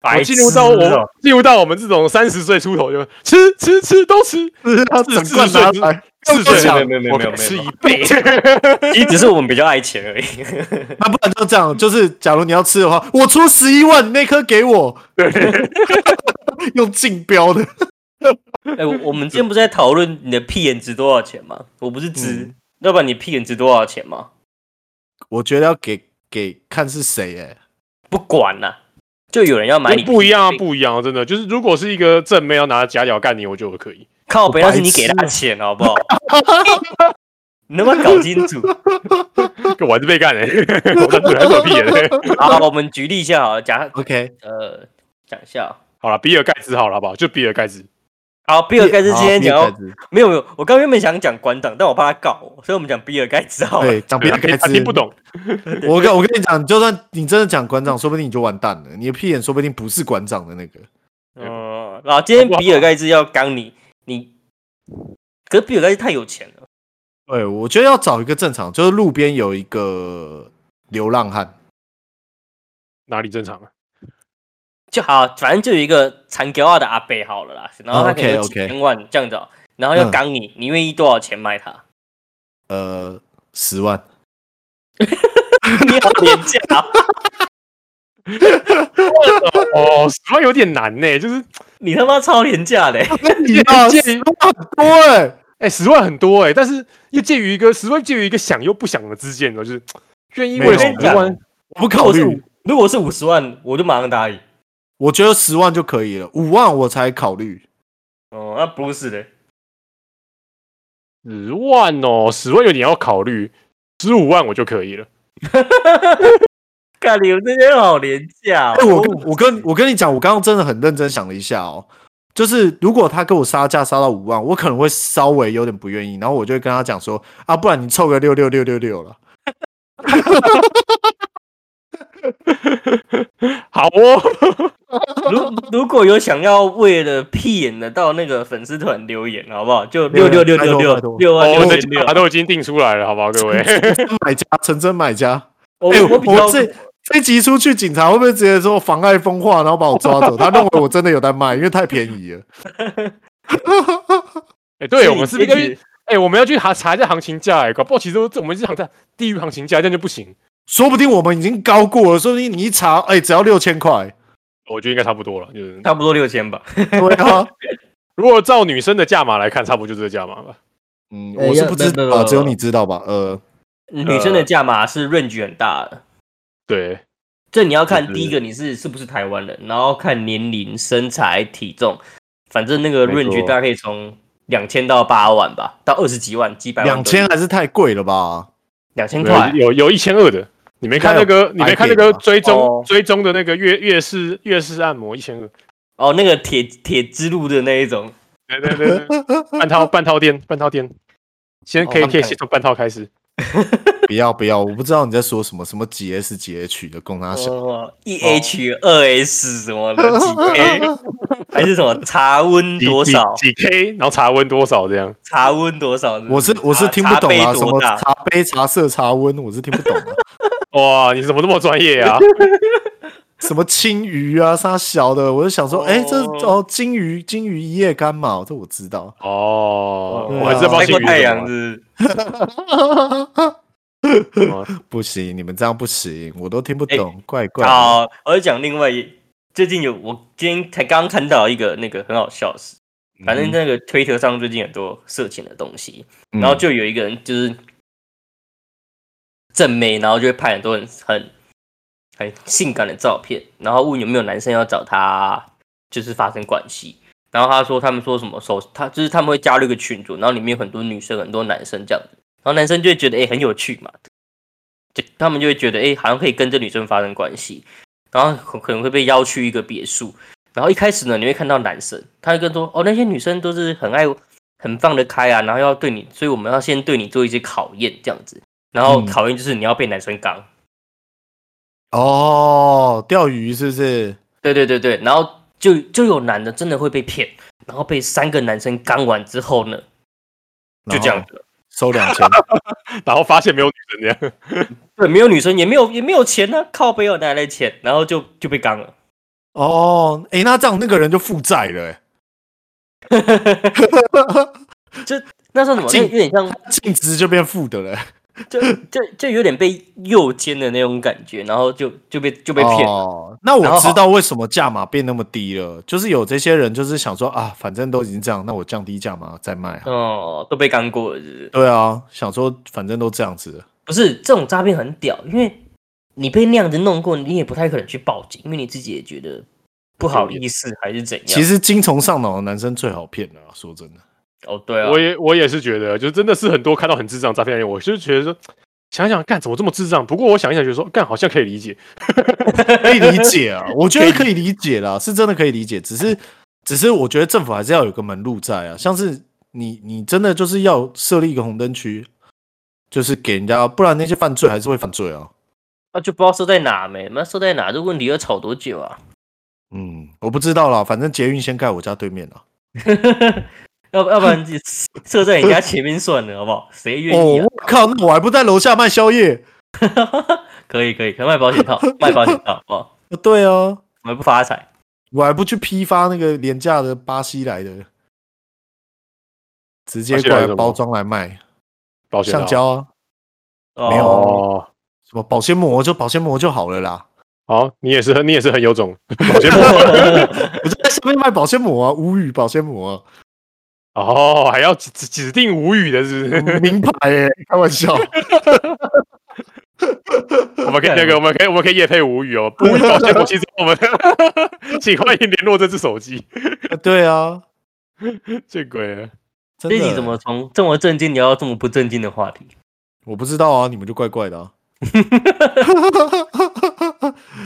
Speaker 2: 白
Speaker 3: 我进入到
Speaker 2: 痴
Speaker 3: 我
Speaker 2: 哦
Speaker 3: 进入到我们这种三十岁出头就吃吃吃都吃，
Speaker 1: 是他整罐拿来，
Speaker 3: 四
Speaker 1: 就
Speaker 3: 岁
Speaker 1: 这样
Speaker 2: 没有没有没有
Speaker 3: 我
Speaker 2: 没有
Speaker 3: 可以吃
Speaker 2: 没有
Speaker 3: 一倍。
Speaker 2: 其实只是我们比较爱钱而已。
Speaker 1: 那不然就这样，就是假如你要吃的话，我出十一万，你那颗给我。对， 用竞标的。
Speaker 2: 哎、我我们之前不是在讨论你的屁眼值多少钱吗？我不是值，
Speaker 3: 嗯
Speaker 2: 要不然你屁眼值多少钱吗？
Speaker 1: 我觉得要给给看是谁哎、
Speaker 2: 不管啦、就有人要买你
Speaker 3: 就不一样啊，
Speaker 2: 屁眼
Speaker 3: 不一样啊，真的就是，如果是一个正妹要拿假屌干你，我觉得我 啊可以。
Speaker 2: 靠北，
Speaker 1: 我白
Speaker 2: 那是你给他钱好不好？ 你能不能搞 清楚？
Speaker 3: 我还是被干的、 我在嘴还是有屁眼、
Speaker 2: 好，我们举例一下好了，假
Speaker 1: OK，
Speaker 2: 呃讲一下哦。
Speaker 3: 好了，比尔盖茨好了，好不好？就比尔盖茨，
Speaker 2: 好，比尔盖茨今天讲
Speaker 1: 好
Speaker 2: 到没有没有，我刚原本想讲馆长，但我怕他告我，所以我们讲比尔盖茨好了。
Speaker 1: 对，哦讲比尔盖
Speaker 3: 他
Speaker 1: 茨
Speaker 3: 听不。懂。
Speaker 1: 我跟我跟你讲，就算你真的讲馆长，说不定你就完蛋了。你的屁眼说不定不是馆长的那个。
Speaker 2: 嗯，然后今天比尔盖茨要刚你，你可是比尔盖茨太有钱了，
Speaker 1: 对，我觉得要找一个正常，就是路边有一个流浪汉，
Speaker 3: 哪里正常啊？
Speaker 2: 就好，反正就有一个残给二的阿伯好了啦，然
Speaker 1: 哦
Speaker 2: 后他可能有几
Speaker 1: OK，OK
Speaker 2: 千万这样子哦，然后要刚
Speaker 1: 嗯
Speaker 2: 你，你愿意多少钱买他？
Speaker 1: 呃，十万。
Speaker 2: 你好廉价 哦，
Speaker 3: 哦，十万有点难呢、就是
Speaker 2: 你他妈超廉价的欸。
Speaker 1: 你 啊，
Speaker 3: 介
Speaker 1: 十万很多哎、
Speaker 3: 哎、十万很多哎、但是又介于一个十万介于一个想又不想的之间，你知道哦就是愿意为了
Speaker 1: 没有
Speaker 3: 十万，
Speaker 1: 我 不
Speaker 2: 如
Speaker 1: 考
Speaker 2: 果是
Speaker 1: 虑
Speaker 2: 五，如果是五十万，我就马上答应。
Speaker 1: 我觉得十万就可以了，五万我才考虑。
Speaker 2: 哦，那不是的，
Speaker 3: 十万哦，十万有点要考虑，十五万我就可以了。
Speaker 2: 看你们这些人好廉价、哦。
Speaker 1: 哎、我跟我跟我跟你讲，我刚刚真的很认真想了一下哦，就是如果他给我杀价杀到五万，我可能会稍微有点不愿意，然后我就会跟他讲说啊，不然你凑个六六六六六了。
Speaker 3: 好哦，
Speaker 2: 如如果有想要为了屁眼的到那个粉丝团留言，好不好？就六六六六
Speaker 1: 拜
Speaker 2: 六
Speaker 1: 托
Speaker 2: 六万
Speaker 3: 我
Speaker 2: 六
Speaker 3: 的
Speaker 2: 千六。
Speaker 3: 他都已经定出来了，好不好，各 位？
Speaker 1: 买家，纯真买家。
Speaker 2: 我
Speaker 1: 哎、
Speaker 2: 哦我比较
Speaker 1: 我这这集出去，警察会不会直接说妨碍风化，然后把我抓走？他认为我真的有在卖，因为太便宜了。
Speaker 3: 哎、对，我们是不是
Speaker 2: 这
Speaker 3: 要
Speaker 2: 一
Speaker 3: 去
Speaker 2: 集？
Speaker 3: 哎、我们要去查查一下行情价、哎，搞不好其实我我们是行在地域行情价，这样就不行。
Speaker 1: 说不定我们已经高过了，说不定你一查，哎、只要六 千块。
Speaker 3: 我觉得应该差不多了，就是
Speaker 2: 差不多六千吧？
Speaker 1: 对啊，
Speaker 3: 如果照女生的价码来看，差不多就这个价码吧。
Speaker 1: 嗯，
Speaker 2: 哎
Speaker 1: 我是不知
Speaker 2: 要
Speaker 1: 道，
Speaker 2: 那个
Speaker 1: 只有你知道吧？呃，
Speaker 2: 女生的价码是 range 很大的，
Speaker 3: 对，
Speaker 2: 这你要看
Speaker 3: 就是
Speaker 2: 第一个你是是不是台湾人，然后看年龄、身材、体重，反正那个
Speaker 3: 没错
Speaker 2: range 大概可以从两千到八万吧，到二十几万、几百万都有。
Speaker 1: 两千还啊是太贵了吧？
Speaker 2: 两千
Speaker 3: 有
Speaker 2: 块，
Speaker 3: 有有一千二的，你没看那个，你没看那个追踪
Speaker 2: 哦
Speaker 3: 追踪的那个月月式月式按摩一千二。
Speaker 2: 哦，那个铁铁之路的那一种，
Speaker 3: 对对对对，半套半套店半套店，先
Speaker 2: 哦
Speaker 3: 可以
Speaker 2: 半
Speaker 3: 可以
Speaker 2: 套
Speaker 3: 先从半套开始。
Speaker 1: 不要不要，我不知道你在说什么，什么几 S 几 H 的，供他想。
Speaker 2: 哦，一 H 二 S 什么的，几 A 还是什么茶温
Speaker 3: 几
Speaker 2: 多少，
Speaker 3: 几几 K，然后查温多少这样？
Speaker 2: 茶温多少不
Speaker 1: 我是我是
Speaker 2: 茶
Speaker 1: 听不懂
Speaker 2: 茶
Speaker 1: 啊，
Speaker 2: 杯
Speaker 1: 什
Speaker 2: 多
Speaker 1: 么
Speaker 2: 大？
Speaker 1: 茶杯、茶色、茶温，我是听不懂 啊。
Speaker 3: 哇，你怎么那么专业啊？
Speaker 1: 什么青鱼啊、啥小的，我就想说，
Speaker 2: 哦
Speaker 1: 哎、这哦，金鱼，金鱼一夜干嘛？这我知道。
Speaker 3: 哦，
Speaker 1: 对
Speaker 2: 哦
Speaker 1: 啊
Speaker 3: 我还是不知道
Speaker 2: 晒
Speaker 3: 姓
Speaker 2: 过
Speaker 3: 余
Speaker 2: 太
Speaker 3: 是什
Speaker 2: 阳
Speaker 3: 么。
Speaker 2: 是
Speaker 3: 哦
Speaker 1: 不行，你们这样不行，我都听不懂，怪怪的。
Speaker 2: 哎好，我就讲另外一最近有我今天才刚看到一个那个很好笑的事，反正那个推特上最近很多色情的东西，
Speaker 1: 嗯，
Speaker 2: 然后就有一个人就是正妹，然后就会拍很多很很很性感的照片，然后问有没有男生要找她，就是发生关系。然后他说，他们说什么手，他就是他们会加入一个群组，然后里面有很多女生、很多男生这样子，然后男生就会觉得哎、诶很有趣嘛，就他们就会觉得哎、诶好像可以跟这女生发生关系，然后可可能会被邀去一个别墅，然后一开始呢你会看到男生，他会跟说哦那些女生都是很爱很放得开啊，然后要对你，所以我们要先对你做一些考验这样子，然后
Speaker 1: 嗯
Speaker 2: 考验就是你要被男生刚，
Speaker 1: 哦，钓鱼是不是？
Speaker 2: 对对对对，然后就就有男的真的会被骗，然后被三个男生刚完之后呢，就这样
Speaker 1: 然
Speaker 2: 子
Speaker 1: 后
Speaker 2: 了。
Speaker 1: 收 两千，
Speaker 3: 然后发现没有女生这样，
Speaker 2: 对，没有女生，也没有也没有钱呢、靠背有哦哪来的钱？然后就就被刚了。
Speaker 1: 哦，哎、那这样那个人就负债了、欸，
Speaker 2: 那算什么？那
Speaker 1: 进
Speaker 2: 有点像，
Speaker 1: 净值就变负的了、
Speaker 2: 就就就有点被诱奸的那种感觉，然后就就被就被骗了。
Speaker 1: 哦。那
Speaker 2: 然后
Speaker 1: 我知道为什么价码变那么低了，就是有这些人就是想说啊，反正都已经这样，那我降低价码再卖啊。
Speaker 2: 哦，都被刚过了，是不是？
Speaker 1: 对啊，想说反正都这样子了，
Speaker 2: 不是这种诈骗很屌，因为你被那样子弄过，你也不太可能去报警，因为你自己也觉得不好意思还是怎样。
Speaker 1: 其实精虫上脑的男生最好骗了啊、说真的，
Speaker 2: 哦，对啊
Speaker 3: 我，也我也是觉得，就真的是很多看到很智障的诈骗案件，我就是觉得说，想想干怎么这么智障？不过我想一想，觉得说干好像可以理解，
Speaker 1: 可以理解啊，我觉得可以理解啦，是真的可以理解，只是只是我觉得政府还是要有个门路在啊，像是你你真的就是要设立一个红灯区，就是给人家，不然那些犯罪还是会犯罪啊。
Speaker 2: 那就不知道设在哪没，那设在哪这问题要吵多久啊？
Speaker 1: 嗯，我不知道啦，反正捷运先盖我家对面啊了。
Speaker 2: 要不要不然就设在人家前面算了，好不好？谁愿意啊？，
Speaker 1: 哦我靠，那我还不在楼下卖宵夜？
Speaker 2: 可以可以，可以卖保险套，卖保险套，好不好？
Speaker 1: 呃对啊，
Speaker 2: 我们不发财。
Speaker 1: 我还不去批发那个廉价的巴西来的，直接
Speaker 3: 巴西
Speaker 1: 过
Speaker 3: 来
Speaker 1: 来
Speaker 3: 的吗
Speaker 1: 包装来卖，
Speaker 3: 保险套
Speaker 1: 橡胶啊，
Speaker 2: 哦
Speaker 1: 没有
Speaker 3: 哦。
Speaker 1: 什么保鲜膜就保鲜膜就好了啦。
Speaker 3: 好，你也是很你也是很有种，保鲜膜
Speaker 1: 我就在下面卖保鲜膜啊，无语保鲜膜、啊，
Speaker 3: 哦，还要指指指定无语的，是不 是？
Speaker 1: 名牌耶、开玩笑，
Speaker 3: 我们可以那个，我们可以我们可以夜配无语哦，不无语保鲜膜其实我们 请欢迎联络这只手机，
Speaker 1: 对啊，
Speaker 3: 见鬼了！
Speaker 2: 这
Speaker 1: 真的。欸
Speaker 2: 你怎么从这么正经聊到这么不正经的话题？
Speaker 1: 我不知道啊，你们就怪怪的啊。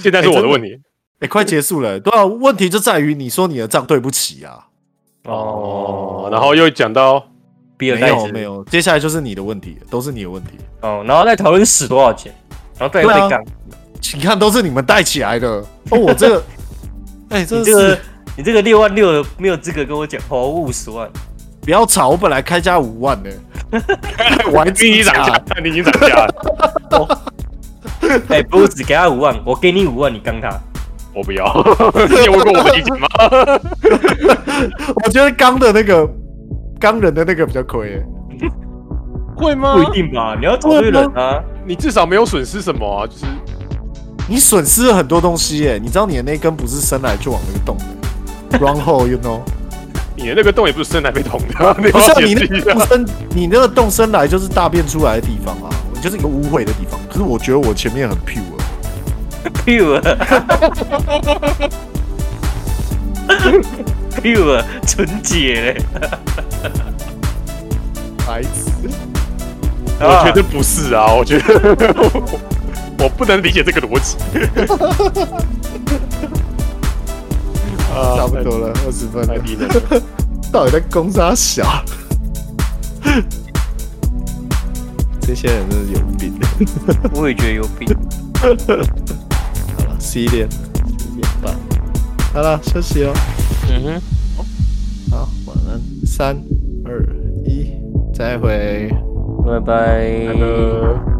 Speaker 3: 现在是我的问题
Speaker 1: 哎、快结束了，对啊，问题就在于你说你的账对不起啊，
Speaker 3: 哦，然后又讲到
Speaker 2: 比尔
Speaker 1: 没
Speaker 2: 盖
Speaker 1: 有
Speaker 2: 茨
Speaker 1: 没有，接下来就是你的问题，都是你的问题，
Speaker 2: 哦，然后再讨论屎多少钱，然后再又
Speaker 1: 对
Speaker 2: 被
Speaker 1: 啊
Speaker 2: 干。
Speaker 1: 你看都是你们带起来的，哦，我这个，哎、真
Speaker 2: 你
Speaker 1: 的
Speaker 2: 这
Speaker 1: 是
Speaker 2: 个你这个六万六的没有资格跟我讲话，我五十万。
Speaker 1: 不要吵，我本来开价五 万呢、我还自
Speaker 3: 你已
Speaker 1: 己
Speaker 3: 经涨价
Speaker 1: 讲，
Speaker 3: 了，你已经涨价了，
Speaker 2: 哎、不是只给他五万，我给你五万，你刚他。
Speaker 3: 我不要， 你有问过我的意见吗？
Speaker 1: 我觉得刚的那个刚人的那个比较亏、欸，
Speaker 3: 会吗
Speaker 2: 不一定吧？你要找对人啊。
Speaker 3: 你至少没有损失什么啊，就是
Speaker 1: 你损失了很多东西耶、你知道你的那根不是伸来就往那个洞 的，wrong hole，you know，
Speaker 3: 你的那个洞也不是生来被捅的啊，你
Speaker 1: 不
Speaker 3: 要
Speaker 1: 像
Speaker 3: 解
Speaker 1: 你
Speaker 3: 释
Speaker 1: 那
Speaker 3: 一
Speaker 1: 个
Speaker 3: 下
Speaker 1: 洞。伸，你那个洞伸来就是大便出来的地方啊，就是一个污秽的地方。可是我觉得我前面很 pure，
Speaker 2: pure pure 啊纯洁嘞。
Speaker 1: 白痴。
Speaker 3: 我觉得不是啊，我觉得我我不能理解这个逻 辑。啊
Speaker 1: 差不多了，二十分
Speaker 3: 太
Speaker 1: 了
Speaker 3: 太，低能了。
Speaker 1: 到底在攻杀小？ 这些人真是有病。
Speaker 2: 我也觉得有病。
Speaker 1: 好了，十一点，十一点半，好了，休息哦。
Speaker 2: 嗯哼，
Speaker 1: 好，晚安。三二一，再会。
Speaker 2: 拜拜。
Speaker 3: 呃